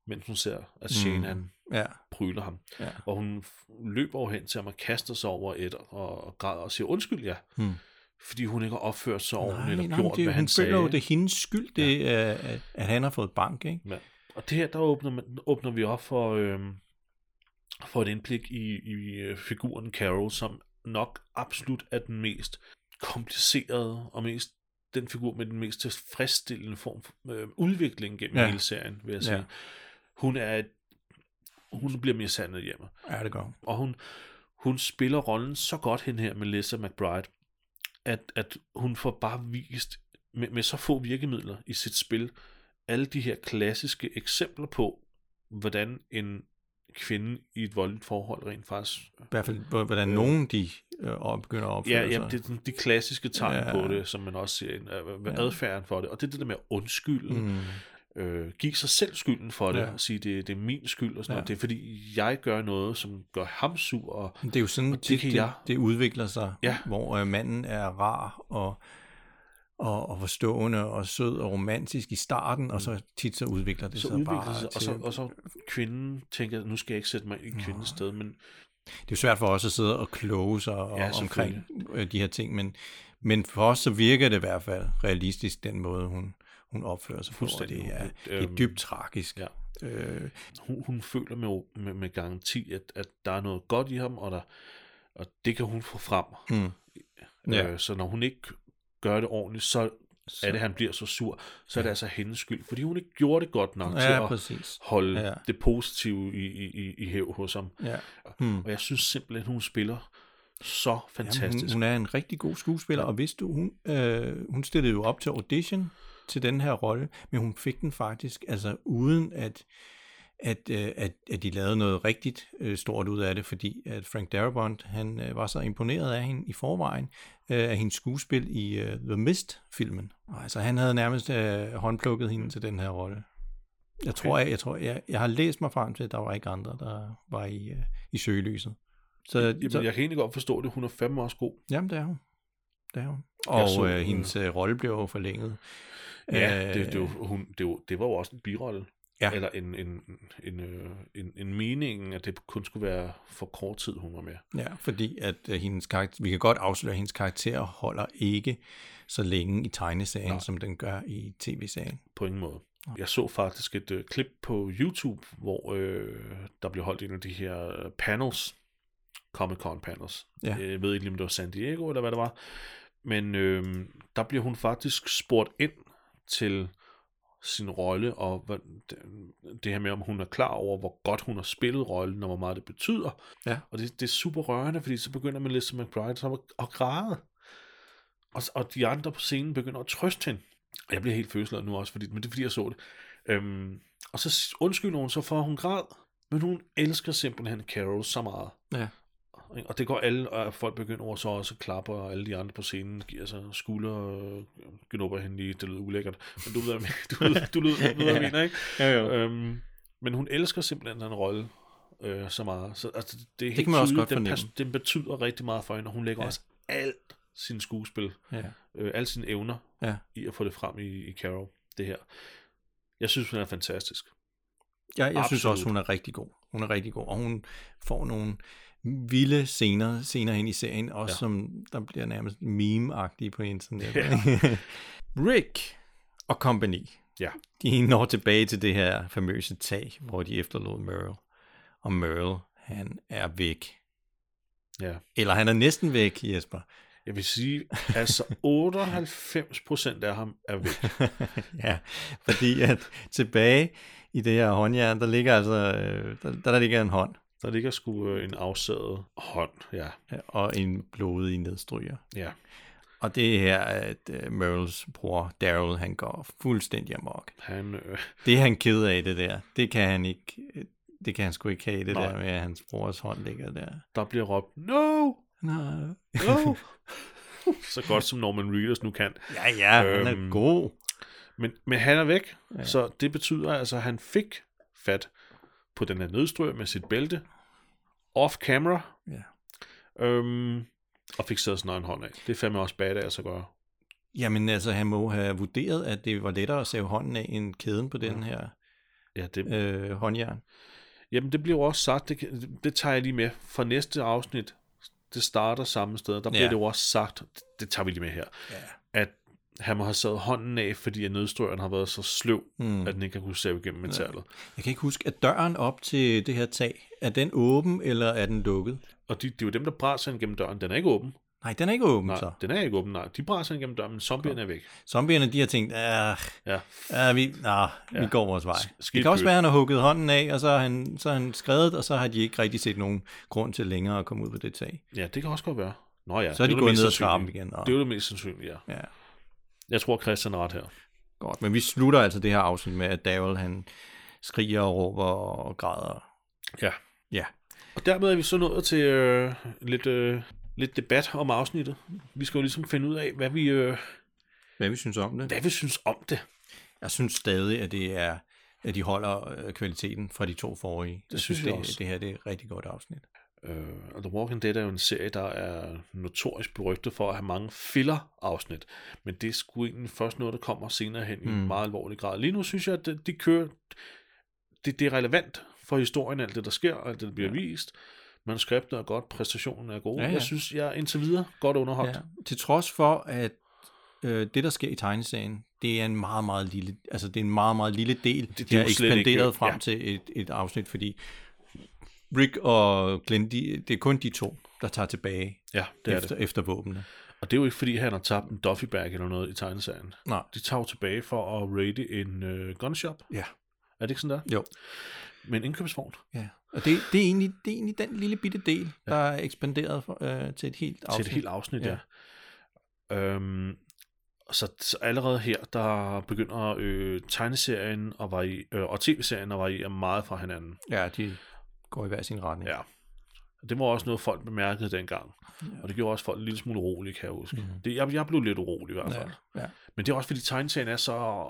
A: mens hun ser, at Shane mm. han
B: Ja,
A: pryler ham.
B: Ja.
A: Og hun f- løber over hen til ham og kaster sig over et og, og græder og siger undskyld, ja.
B: Hmm.
A: Fordi hun ikke har opført sig ordentligt eller
B: nej,
A: gjort,
B: men det,
A: hvad han
B: hun
A: sagde.
B: føler jo, det er hendes skyld, det, ja. at, at han har fået bank, ikke?
A: Ja. Og det her, der åbner, man, åbner vi op for, øhm, for et indblik i, i øh, figuren Carol, som nok absolut er den mest komplicerede og mest den figur med den mest tilfredsstillende form for øh, udvikling gennem ja.
B: Ja.
A: hele serien, vil jeg
B: Ja.
A: sige. Ja. Hun er et, hun bliver mishandlet hjemme,
B: Ja, det gør hun.
A: og hun, hun spiller rollen så godt hen her med Lisa McBride, at, at hun får bare vist med, med så få virkemidler i sit spil, alle de her klassiske eksempler på, hvordan en kvinde i et voldeligt forhold rent faktisk...
B: I hvert fald, hvor- hvordan nogen de øh, op- begynder at opføre
A: Ja, ja,
B: sig.
A: det er sådan de klassiske tegn ja.
B: Ja.
A: på det, som man også ser i ja. adfærden for det. Og det er det der med at undskylde, mm.
B: Mm.
A: øh, give sig selv skylden for det,
B: Ja.
A: ja. og sige, det, det er min skyld og sådan ja.
B: Ja.
A: noget. Det er fordi, jeg gør noget, som gør ham sur, og
B: Men Det er jo sådan,
A: Og det
B: det, det,
A: kan
B: det,
A: jeg.
B: det udvikler sig,
A: Ja.
B: hvor øh, manden er rar og, og, og forstående og sød og romantisk i starten, og så tit så udvikler det
A: Mm. så
B: sig
A: udvikler
B: bare
A: det sig, og
B: til...
A: så, og så kvinden tænker, nu skal jeg ikke sætte mig i kvindens sted, men
B: Det er jo svært for os at sidde og kloge sig og,
A: Ja,
B: ja,
A: selvfølgelig.
B: omkring øh, de her ting, men, men for os så virker det i hvert fald realistisk, den måde hun, hun opfører sig på, og det
A: Fuldstændig
B: er,
A: uhyggeligt.
B: det er
A: Øhm,
B: dybt tragisk.
A: ja.
B: Øh,
A: hun, hun føler med, med, med garanti, at, at der er noget godt i ham, og, der, og det kan hun få frem.
B: mm, ja.
A: Øh, så når hun ikke gøre det ordentligt, så, så. er det, han bliver så sur. Så er det altså hendes skyld, fordi hun ikke gjorde det godt nok til
B: Ja,
A: at
B: præcis.
A: holde
B: Ja.
A: det positive i, i, i- i hæv hos ham.
B: Ja.
A: Mm. Og jeg synes simpelthen, hun spiller så fantastisk.
B: Hun, hun er en rigtig god skuespiller, og hvis du, hun, øh, hun stillede jo op til audition til den her rolle, men hun fik den faktisk, altså uden at, at, øh, at, at de lavede noget rigtigt øh, stort ud af det, fordi at Frank Darabont, han øh, var så imponeret af hende i forvejen, øh, af hendes skuespil i øh, The Mist-filmen. Og Altså han havde nærmest øh, håndplukket
A: Mm.
B: hende til den her rolle. Jeg tror, jeg, jeg, tror jeg, jeg har læst mig frem til, at der var ikke andre, der var i, øh, i søgelyset. Så, så,
A: Jamen, jeg kan egentlig godt forstå det. Hun er fandme også god.
B: Jamen, det er hun. Det er hun. Og
A: så,
B: så, øh,
A: øh,
B: hendes øh, rolle blev jo forlænget.
A: Ja,
B: Øh,
A: det, det, var- hun, det, var- det var jo også en birolle.
B: Ja.
A: Eller en, en, en, øh, en, en meningen, at det kun skulle være for kort tid, hun var med.
B: Ja, fordi at øh, hendes karakter, vi kan godt afsløre, at hendes karakter holder ikke så længe i tegneserien, som den gør i tv-serien.
A: På ingen måde. Jeg så faktisk et øh, klip på YouTube, hvor øh, der blev holdt en af de her øh, panels, Comic-Con panels. Øh,
B: Ja.
A: Jeg ved ikke lige, om det var San Diego, eller hvad det var. Men øh, der bliver hun faktisk spurgt ind til sin rolle, og hvad, det- det her med, om hun er klar over, hvor godt hun har spillet rollen, og hvor meget det betyder.
B: Ja.
A: Og det, det er super rørende, fordi så begynder Melissa McBride så at, at græde. Og, s- og de andre på scenen begynder at trøste hende. Og jeg bliver helt følelsesladet nu også, fordi, men det er fordi, jeg så det. Øhm, og så s- undskylder hun så for, at hun græd, men hun elsker simpelthen Carol så meget.
B: Ja.
A: Ikke? Og det går alle, og folk begynder over så også at klappe, og alle de andre på scenen giver sig skulder og genopper hende i, det lyder ulækkert. Men du ved, hvad jeg- du, ved- du, ved, du ved, hvad jeg mener, ikke?
B: Ja,
A: Øhm, men hun elsker simpelthen den rolle øh, så meget. Så, altså, det, er helt
B: kan man også
A: tydeligt,
B: godt
A: den,
B: fornemme.
A: pas- den betyder rigtig meget for hende, og hun lægger
B: Ja.
A: ja. også alt sin skuespil,
B: ja.
A: øh, alle sine evner
B: ja.
A: i at få det frem i, i Carol, det her. Jeg synes, hun er fantastisk.
B: Jeg, jeg synes
A: Absolut.
B: også, hun er rigtig god. Hun er rigtig god, og hun får nogle vilde scener senere hen i serien, også ja.
A: Ja.
B: som der bliver nærmest meme-agtige på internettet. Ja. Rick og company,
A: Ja.
B: de når tilbage til det her famøse tag, hvor de efterlod Merle. Og Merle, han er væk.
A: Ja.
B: Eller han er næsten væk, Jesper.
A: Jeg vil sige, altså 98% af ham er væk.
B: ja, fordi at tilbage i det her håndjern, der ligger altså, øh, der, der ligger en hånd
A: Der ligger sgu øh, en afsaget hånd, ja.
B: øh, og en blodig nedstryger.
A: ja.
B: Og det er her, at uh, Merles bror Daryl, han går fuldstændig amok.
A: Han, øh,
B: Det er han ked af, det der. Det kan han ikke, øh, det kan han sgu ikke have, det Nej.
A: Nej.
B: der med, at hans brors hånd ligger der.
A: der bliver råbt, no,
B: Nå.
A: no. så godt som Norman Reedus nu kan.
B: Ja, ja, øhm. han er
A: Øhm.
B: god.
A: Men, men han er væk, ja. så det betyder altså, at han fik fat på den her nødstrøm med sit bælte, off camera,
B: Ja.
A: øhm, og fik taget sin egen hånd af. Det er fandme også badass at gøre.
B: Jamen altså, han må have vurderet, at det var lettere at save hånden af end kæden på den her
A: Ja, det,
B: øh, håndjern.
A: Jamen, det bliver jo også sagt, det, kan- det tager jeg lige med, for næste afsnit, det starter samme sted, der bliver
B: Ja.
A: det jo også sagt, det, det tager vi lige med her, ja. at han må have sat hånden af, fordi at nødstrøren har været så sløv, mm. at den ikke har kunne save igennem metallet. Ja.
B: Jeg kan ikke huske, at døren op til det her tag, er den åben, eller er den lukket?
A: Og de, det er jo dem, der bræser ind gennem døren. Den er ikke åben.
B: Nej, den er ikke åben
A: Nej,
B: så.
A: den er ikke åben. Nej, de bræser ind gennem døren, men zombierne er væk.
B: Zombierne, de har tænkt, ah,
A: Ja.
B: Ja, vi, nah, ja. vi går vores vej.
A: skidt
B: det kan også
A: pyt.
B: være, at han har hugget hånden af, og så har han, så har han skrevet, og så har de ikke rigtig set nogen grund til længere at komme ud på det tag.
A: ja, det kan også godt være. Nå ja,
B: Så er
A: det
B: de
A: jo det
B: gået
A: mest
B: ned ad
A: sandsynlige.
B: trappen igen, og-
A: Det er jo det mest sandsynlige, ja.
B: Ja,
A: Jeg tror, Christian er ret her.
B: godt. Men vi slutter altså det her afsnit med, at Daryl han skriger og råber og græder.
A: Ja.
B: Ja,
A: Og dermed er vi så nået til øh, lidt, øh, lidt debat om afsnittet. Vi skal jo ligesom finde ud af, hvad vi, øh,
B: hvad vi synes om det.
A: hvad vi synes om det.
B: Jeg synes stadig, at det er at de holder øh, kvaliteten fra de to forrige. Det jeg
A: synes
B: synes,
A: jeg
B: det,
A: også.
B: det her det er et rigtig godt afsnit.
A: Øh, og The Walking Dead er jo en serie, der er notorisk berygtet for at have mange filler-afsnit. Men det er sgu egentlig først noget, der kommer senere hen mm. i en meget alvorlig grad. Lige nu synes jeg, at det- de kører... Det, det er relevant for historien, alt det, der sker, og alt det, der bliver ja. vist. Manuskriptet er godt, præstationen er god.
B: Ja,
A: Ja,
B: ja.
A: ja. Jeg synes, jeg er indtil videre godt underholdt.
B: Ja. Til trods for, at øh, det, der sker i tegneserien, det er en meget, meget lille, altså det er en meget, meget lille del, det, det
A: er
B: er
A: jo slet
B: ekspanderet
A: ikke-
B: ikke, frem ja.
A: ja.
B: til et, et afsnit, fordi Rick og Glenn, de, det er kun de to, der tager tilbage
A: Ja, det er det.
B: efter, efter våbnene.
A: Og det er jo ikke, fordi han har tabt en duffybag eller noget i tegneserien.
B: Nej.
A: De tager jo tilbage for at rate en øh, gunshop.
B: Ja.
A: Er det ikke sådan der?
B: Jo.
A: Med en indkøbsvogn.
B: Ja. Og det, det, er egentlig, det er egentlig den lille bitte del, der er ekspanderet for, øh, til et helt afsnit.
A: Til et helt afsnit,
B: Ja.
A: ja. ja. Øhm, så, så allerede her, der begynder øh, tegneserien og, vari- øh, og tv-serien at variere meget fra hinanden.
B: Ja, de går i hver sin retning.
A: Ja. Og Det var også noget, folk bemærkede dengang. Ja. Og det gjorde også folk en lille smule urolige, kan jeg huske. Mm. Det, jeg, jeg blev lidt urolig i hvert fald.
B: ja. ja.
A: Men det er også, fordi tegneserien er så,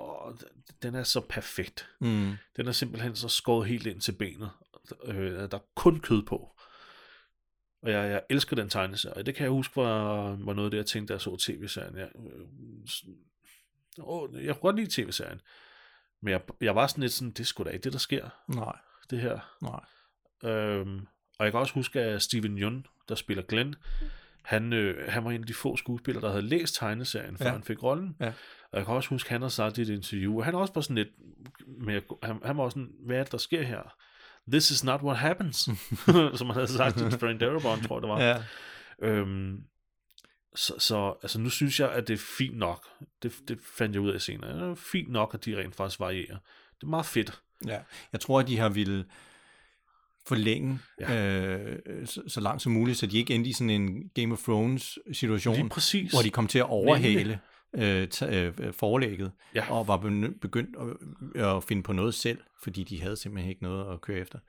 A: den er så perfekt.
B: Mm.
A: Den er simpelthen så skåret helt ind til benet. Øh, der er kun kød på. Og jeg, jeg elsker den tegneserie. Det kan jeg huske var, var noget af det, jeg tænkte, da jeg så tv-serien. Jeg, øh, s- åh, jeg kunne godt lide tv-serien. Men jeg, jeg var sådan lidt sådan, det skulle da ikke det, der sker,
B: Nej,
A: det her.
B: nej.
A: Øhm, og jeg kan også huske, at Steven Yeun, der spiller Glenn, han, øh, han var en af de få skuespillere, der havde læst tegneserien, før
B: Ja.
A: ja. han fik rollen.
B: Ja.
A: Og jeg kan også huske, at han har sagt i et interview, og han er også bare sådan lidt, med, han, han var også sådan, hvad er det, der sker her? This is not what happens, som han havde sagt til Frank Darabont, tror jeg det var.
B: Ja.
A: Øhm, så, så altså, nu synes jeg, at det er fint nok. Det, det fandt jeg ud af senere. Det er fint nok, at de rent faktisk varierer. Det er meget fedt.
B: ja. Jeg tror, at de har ville forlænge ja. øh, så, så langt som muligt, så de ikke endte i sådan en Game of
A: Lige
B: Thrones-situation,
A: præcis.
B: hvor de kom til at overhale øh, ta- øh, forlægget,
A: Ja.
B: og var beny- begyndt at, øh, at finde på noget selv, fordi de havde simpelthen ikke noget at køre efter.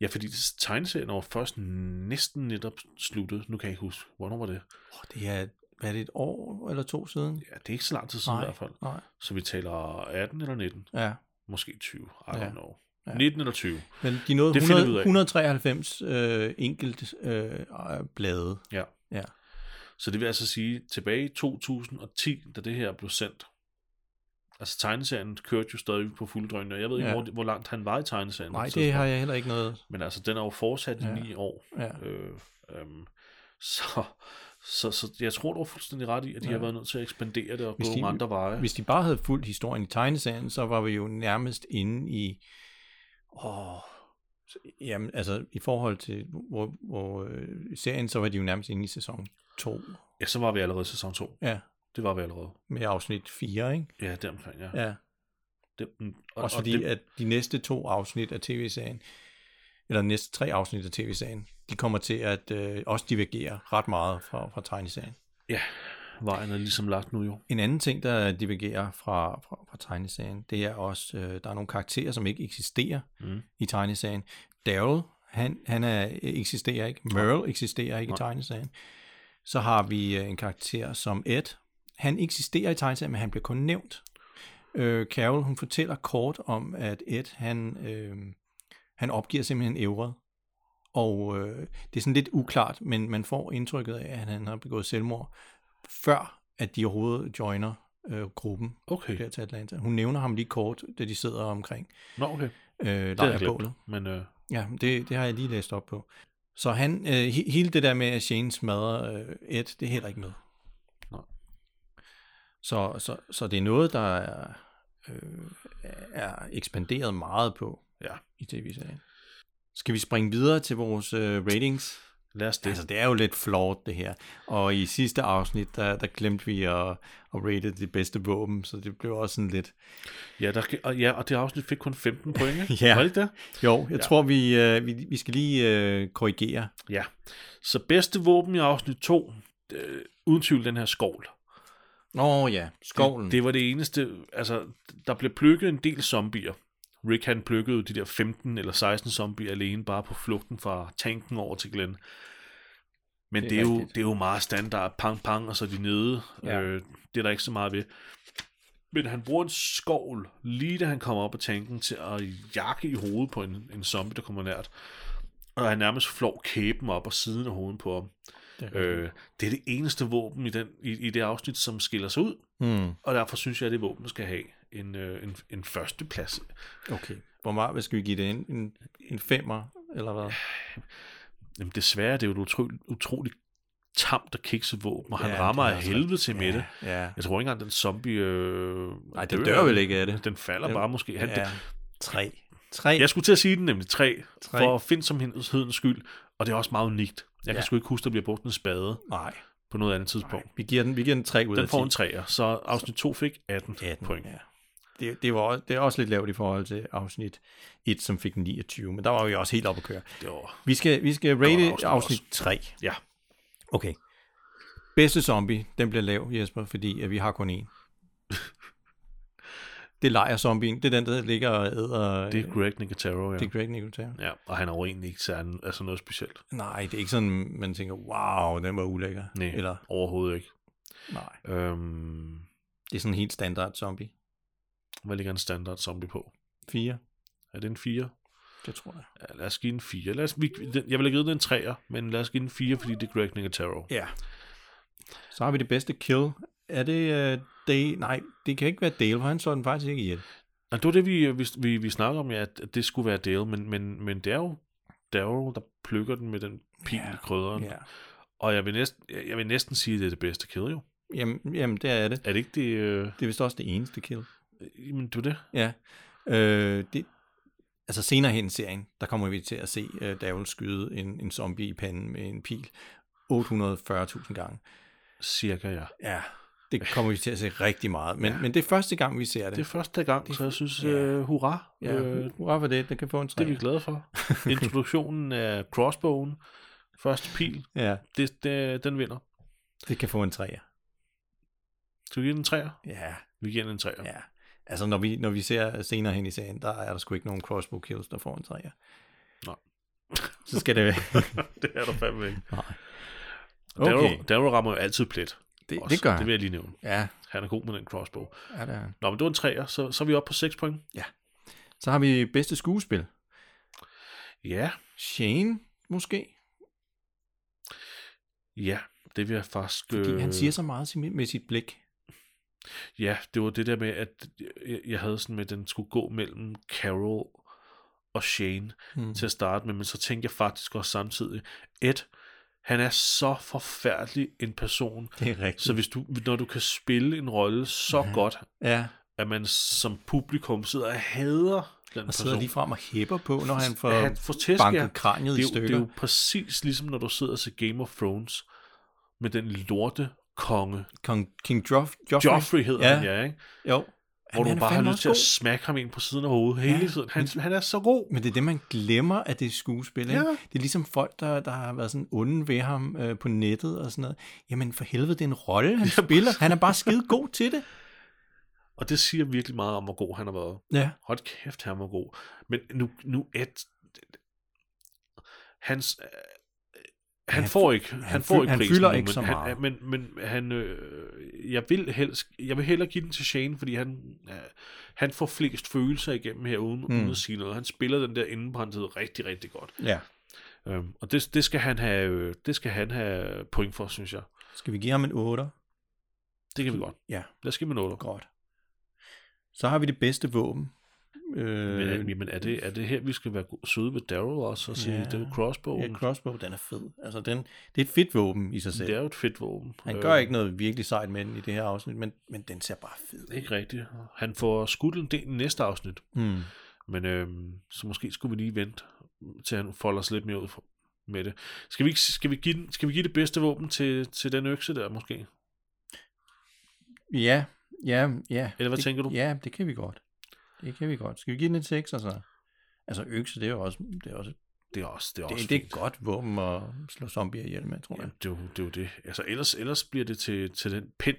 A: Ja, fordi tegneserien var først næsten netop sluttet. Nu kan jeg ikke huske, hvornår var det?
B: Og det er, hvad er det, et år eller to siden?
A: Ja, det er ikke så lang tid siden i hvert fald.
B: nej.
A: Så vi taler 18 eller 19,
B: Ja,
A: måske 20, I
B: Ja.
A: don't know. 19 eller 20.
B: men de nåede
A: Det finder vi
B: 100,
A: ud af.
B: 193 øh, enkelt øh, blade.
A: Ja.
B: Ja.
A: Så det vil altså sige, tilbage i 2010, da det her blev sendt, altså tegneserien kørte jo stadig på fuld drøn, og jeg ved ikke,
B: Ja.
A: ja. hvor, hvor langt han var i tegneserien. på
B: Nej, det
A: tidspunkt.
B: har jeg heller ikke noget.
A: Men altså, den er jo fortsat i
B: Ja.
A: ja. ni år.
B: Ja.
A: Øh, øhm, så, så, så jeg tror, du har fuldstændig ret i, at de
B: Ja.
A: ja. har været nødt til at ekspandere det og
B: Hvis
A: gå
B: de-
A: de, andre veje.
B: Hvis de bare havde fulgt historien i tegneserien, så var vi jo nærmest inde i... Åh, jamen, altså i forhold til hvor, hvor øh, serien, så var de jo nærmest inde i sæson 2.
A: Ja, så var vi allerede i sæson 2.
B: Ja,
A: Det var vi allerede.
B: med afsnit 4, ikke?
A: Ja, deromkring, ja. ja.
B: Ja.
A: Det, mm, og,
B: Også fordi,
A: og det,
B: at de næste to afsnit af tv-serien, eller næste tre afsnit af tv-serien, de kommer til at øh, også divergere ret meget fra, fra tegneserien.
A: Ja, vejen er ligesom lagt nu jo.
B: En anden ting, der divergerer fra, fra, fra tegneserien, det er også, øh, der er nogle karakterer, som ikke eksisterer mm. i tegneserien. Daryl, han, han er, eksisterer ikke. Merle eksisterer ikke Nej. i tegneserien. Så har vi øh, en karakter som Ed. Han eksisterer i tegneserien, men han bliver kun nævnt. Øh, Carol, hun fortæller kort om, at Ed, han, øh, han opgiver simpelthen ævret. Og øh, det er sådan lidt uklart, men man får indtrykket af, at han har begået selvmord, før at de overhovedet joiner øh, gruppen
A: Okay.
B: der til Atlanta. Hun nævner ham lige kort, da de sidder omkring
A: Nå, okay.
B: øh,
A: Det er jeg
B: lejrbålet.
A: glemt. Men øh,
B: Ja, det, det har jeg lige læst op på. Så han, øh, he, hele det der med, at Shane smadrer øh, Ed, det er heller ikke med.
A: Nej.
B: Så, så, så det er noget, der er, øh, er ekspanderet meget på
A: ja,
B: i tv-serien. Skal vi springe videre til vores øh, ratings?
A: lad os det.
B: Det. Altså, det er jo lidt flawed, det her. Og i sidste afsnit, der, der glemte vi at, at rate de bedste våben, så det blev også sådan lidt...
A: Ja, der, og, ja, og det afsnit fik kun 15 point, ikke?
B: Ja.
A: Var det ikke det?
B: Jo, jeg ja. tror, vi, øh, vi, vi skal lige øh, korrigere.
A: Ja. Så bedste våben i afsnit 2, øh, uden tvivl den her skovl.
B: Åh oh, ja, skovlen.
A: Det, det var det eneste, altså, der blev plukket en del zombier. Rick han plukkede jo de der 15 eller 16 zombier alene, bare på flugten fra tanken over til Glenn. Men
B: Det
A: det
B: er
A: er, det er, jo,
B: rigtigt.
A: det er jo meget standard, pang pang, og så er de nede.
B: Ja.
A: Ja. Øh, det er der ikke så meget ved. Men han bruger en skovl, lige da han kommer op af tanken, til at jakke i hovedet på en, en zombie, der kommer nært. Og han nærmest flår kæben op og siden af hovedet på ham. Det er, øh, det, er det eneste våben i, den, i, i det afsnit, som skiller sig ud.
B: Mm,
A: Og derfor synes jeg, at det våben skal have en, øh, en, en førsteplads.
B: okay. Hvor meget hvad skal vi give det? En, en, en femmer, eller hvad?
A: Jamen desværre, det er jo et utroligt, utroligt tamt og kikset våben, og han
B: Ja,
A: ja, rammer
B: det er
A: af
B: også
A: helvede til med det.
B: Ja.
A: Jeg tror ikke engang, den zombie... Øh,
B: Nej, den dør vel ikke af det.
A: Den falder den, bare måske. Han,
B: ja.
A: ja.
B: Tre. Tre?
A: Jeg skulle til at sige den nemlig tre, tre.
B: Tre.
A: for at finde som hens skyld, og det er også meget unikt. Jeg ja. kan sgu ikke huske, der bliver brugt en spade.
B: Nej.
A: på noget andet tidspunkt.
B: Vi giver den, vi giver den 3 ud
A: Den
B: af 10.
A: får en 3'er, så afsnit 2 fik 18,
B: 18
A: point.
B: Ja. Det, det, var, også- det er også lidt lavt i forhold til afsnit 1, som fik en 29, men der var vi også helt oppe at køre.
A: Det var,
B: Vi skal, vi skal rate
A: afsnit
B: afsnit,
A: også.
B: afsnit 3.
A: ja,
B: Okay. Bedste zombie, den bliver lav, Jesper, fordi at vi har kun én. det er lejer-zombien. Det er den, der ligger og æder... øh,
A: det er Greg Nicotero, ja.
B: det er Greg Nicotero.
A: ja. Og han er jo egentlig ikke særlig, altså noget specielt.
B: Nej, det er ikke sådan, man tænker, wow, den var ulækker.
A: Nej,
B: Eller,
A: Eller... overhovedet ikke.
B: nej.
A: Øhm,
B: Det er sådan en helt standard zombie.
A: hvad ligger en standard zombie på?
B: Fire,
A: Er det en 4?
B: det tror jeg.
A: Ja, lad os give en 4. Lad os, vi, den- jeg ville have givet den en 3'er, men lad os give den en 4, fordi det er Greg Nicotero.
B: Ja. Så har vi det bedste kill. Er det uh, Dale? Nej, det kan ikke være Dale, for han slår den faktisk ikke ihjel.
A: Og det var det, vi, vi, vi, vi snakkede om, ja, at at det skulle være Dale, men, men, men det er jo Daryl, der plukker den med den pil i krydderen.
B: Ja.
A: Og jeg vil, næsten, jeg jeg vil næsten sige, at det er det bedste kill, jo.
B: Jamen, jamen, der er det.
A: Er det ikke det... Øh,
B: Det er vist også det eneste kill.
A: jamen, det var det.
B: Ja. Øh, det, altså senere hen i serien, der kommer vi til at se uh, Daryl skyde en, en zombie i panden med en pil 840.000 gange.
A: Cirka, ja.
B: Ja. Det kommer vi til at se rigtig meget. Men, ja. men det er første gang, vi ser det.
A: Det er første gang, så jeg synes, øh, hurra.
B: ja,
A: Øh,
B: hurra for det. Det kan få en
A: det er vi
B: træer.
A: glade for. Introduktionen af crossbowen, første pil,
B: Ja,
A: det, det, den vinder.
B: det kan få en træer.
A: Skal vi give den en træer?
B: Ja.
A: Vi giver den en træer.
B: Ja, altså når vi, når vi ser senere hen i serien, der er der sgu ikke nogen crossbow kills, der får en træer.
A: Nej.
B: Så skal det
A: det er der fandme ikke.
B: Nej.
A: Okay.
B: Okay.
A: Daryl, Daryl rammer jo altid plet.
B: Det,
A: også.
B: det gør
A: Det
B: han.
A: vil jeg lige nævne.
B: Ja,
A: Han er god med den crossbow.
B: ja det er han.
A: Nå, men det var en træer, så, så er vi oppe på 6 point.
B: Så har vi bedste skuespil.
A: Ja,
B: Shane, måske?
A: ja. Det vil jeg faktisk...
B: Fordi øh... han siger så meget til- med sit blik.
A: Ja, det var det der med, at jeg- jeg havde sådan med, at den skulle gå mellem Carol og Shane
B: Mm.
A: mm. til at starte med, men så tænkte jeg faktisk også samtidig, Ed, han er så forfærdelig en person,
B: Det er rigtigt.
A: så hvis du, når du kan spille en rolle så ja. godt,
B: Ja,
A: at man som publikum sidder og hader den
B: og
A: person.
B: sidder lige frem og hæpper på, når han får,
A: At han får tæsk,
B: banket
A: ja. det
B: kraniet
A: er,
B: i
A: jo-
B: stykker.
A: Det er jo præcis ligesom, når du sidder og ser Game of Thrones med den lorte konge.
B: Kong, King Joff, Joffrey.
A: Joffrey hedder
B: ja.
A: han, ja, ikke?
B: Jo.
A: Hvor
B: Jamen,
A: du
B: han er
A: bare har
B: fandme
A: lyst til at
B: også
A: smække ham ind på siden af hovedet hele tiden. Han, han er så god.
B: god. Men det er det, man glemmer, at det er skuespil. Ikke?
A: Ja.
B: Det er ligesom folk, der, der har været sådan onde ved ham øh, på nettet og sådan noget. Jamen for helvede, det er en rolle, han spiller. Han er bare skide god til det.
A: Og det siger virkelig meget om, hvor god han har været.
B: Ja.
A: Hold kæft, han var god. Men nu, nu Ed... Hans... øh, Han,
B: Han
A: får ikke, han,
B: han
A: får
B: fyl-
A: ikke
B: han
A: prisen
B: fylder
A: nu,
B: ikke
A: men
B: så
A: han-
B: meget.
A: Men, men han, øh, jeg vil helst, jeg vil hellere give den til Shane, fordi han, øh, han får flest følelser igennem her uden,
B: Hmm.
A: mm. uden at sige noget. Han spiller den der indenbrændthed rigtig, rigtig godt.
B: ja.
A: Øhm, og det, det, skal han have, øh, det skal han have point for, synes jeg.
B: Skal vi give ham en 8?
A: Det kan vi godt.
B: Ja,
A: Lad os give ham en otter.
B: godt. Så har vi det bedste våben.
A: Men,
B: Øh,
A: øh, men er, det, er det her, vi skal være go- søde ved Daryl også og sige,
B: Ja.
A: ja, det er jo crossbowen?
B: ja, crossbow, den er fed. Altså, den, det er et fedt våben i sig selv.
A: det er jo et fedt våben.
B: Han
A: Øh,
B: gør ikke noget virkelig sejt med den i det her afsnit, men, men den ser bare fed.
A: Ikke rigtigt. Han får skudt en del i næste afsnit,
B: Mm.
A: men øh, så måske skulle vi lige vente, til han folder sig lidt mere ud for- med det. Skal vi, ikke, skal vi, give, den, skal vi give det bedste våben til, til den økse der, måske?
B: Ja, ja, ja.
A: Eller hvad
B: det,
A: tænker du?
B: Ja, det kan vi godt. Det kan vi godt. Skal vi give den en 6 så? Altså økse, det er jo også, det er også,
A: Det er også det er også
B: det, det er
A: fint.
B: et godt våben at slå zombier ihjel med, tror jeg.
A: Jamen, det, er jo, det er jo det. Altså, ellers, ellers bliver det til, til den pind,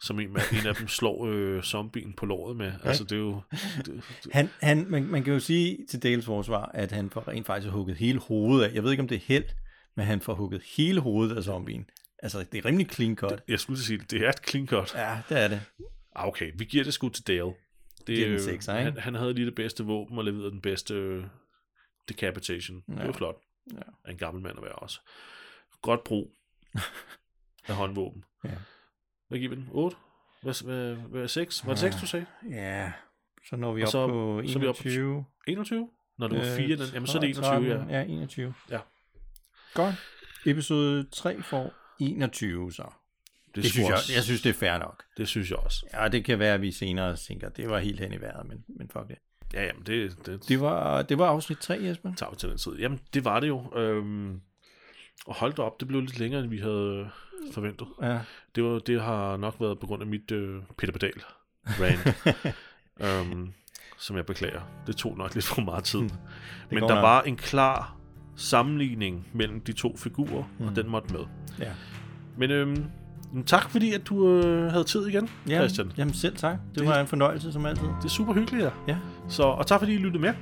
A: som en, en af dem slår øh, zombien på låret med. Altså, det er jo... Det, det,
B: Han, han, man, man kan jo sige til Dales forsvar, at han får rent faktisk hugget hele hovedet af. Jeg ved ikke, om det er held, men han får hugget hele hovedet af zombien. Altså, det er rimelig clean cut.
A: jeg skulle sige, det er et clean cut.
B: Ja, det er det.
A: Ah, okay, vi giver det sgu til Dale. Det,
B: Giver den
A: øh,
B: sekser, ikke?
A: han, han havde lige det bedste våben og leverede den bedste øh, decapitation. Ja. Det var flot.
B: Ja.
A: Af En gammel mand at være også. Godt brug af håndvåben.
B: Ja.
A: Hvad giver vi den? 8? Hvad, hvad, hvad 6? Var det 6, du sagde?
B: Ja, så når vi
A: Og
B: op
A: så-
B: på
A: så er vi oppe på
B: 21.
A: 21? Når det var
B: Øh,
A: 4, den, jamen så er det
B: 13,
A: 21, ja.
B: Ja, 21.
A: Ja.
B: Godt. Episode 3 får 21 så.
A: Det,
B: Det synes
A: sgu
B: jeg,
A: også-
B: jeg synes, det er fair nok.
A: det synes jeg også.
B: Ja, det kan være, at vi senere tænker, det var helt hen i vejret, men, men fuck det.
A: Ja, jamen det, det,
B: Det var, det var afsnit 3, Jesper.
A: tager vi til den tid. Jamen, det var det jo. Øhm, og hold da op, det blev lidt længere, end vi havde, forventet.
B: Ja.
A: Det, var, det har nok været på grund af mit øh, Peter Pedal rant, øhm, som jeg beklager. Det tog nok lidt for meget tid. Men
B: Hmm. går
A: der
B: nok.
A: var en klar sammenligning mellem de to figurer, mm.
B: Hmm.
A: og den måtte med.
B: Ja.
A: Men øhm, jamen, tak fordi, at du øh, havde tid igen,
B: Jamen,
A: Christian.
B: Jamen selv tak. Det, var en fornøjelse som altid.
A: Det er super hyggeligt her.
B: Ja.
A: Så, og tak fordi I lyttede med.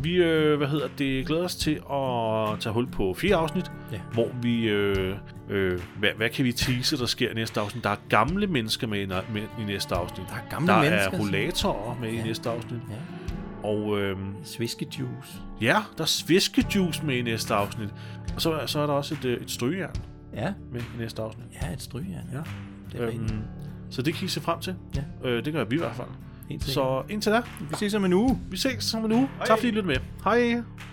A: Vi øh, hvad hedder det, glæder os til at tage hul på fire afsnit,
B: Ja.
A: hvor vi... Øh, øh, hvad, hvad kan vi tease, der sker i næste afsnit? Der er gamle mennesker med i, ne- med i næste afsnit.
B: Der er gamle
A: der
B: mennesker,
A: er rollatorer med ja. i næste afsnit.
B: Ja.
A: Og øh,
B: Sviske juice.
A: ja, der er sviskejuice med i næste afsnit. Og så, så er der også et, øh, et strygejern
B: Ja.
A: med i næste afsnit.
B: Ja, et strygjern.
A: Ja.
B: Det er øhm,
A: Øhm, så det kan I se frem til.
B: Ja.
A: Øh, det gør vi i hvert fald.
B: helt sikkert.
A: Så indtil da,
B: vi ses om en uge.
A: vi ses om en uge. Tak fordi I lyttede med. Hej!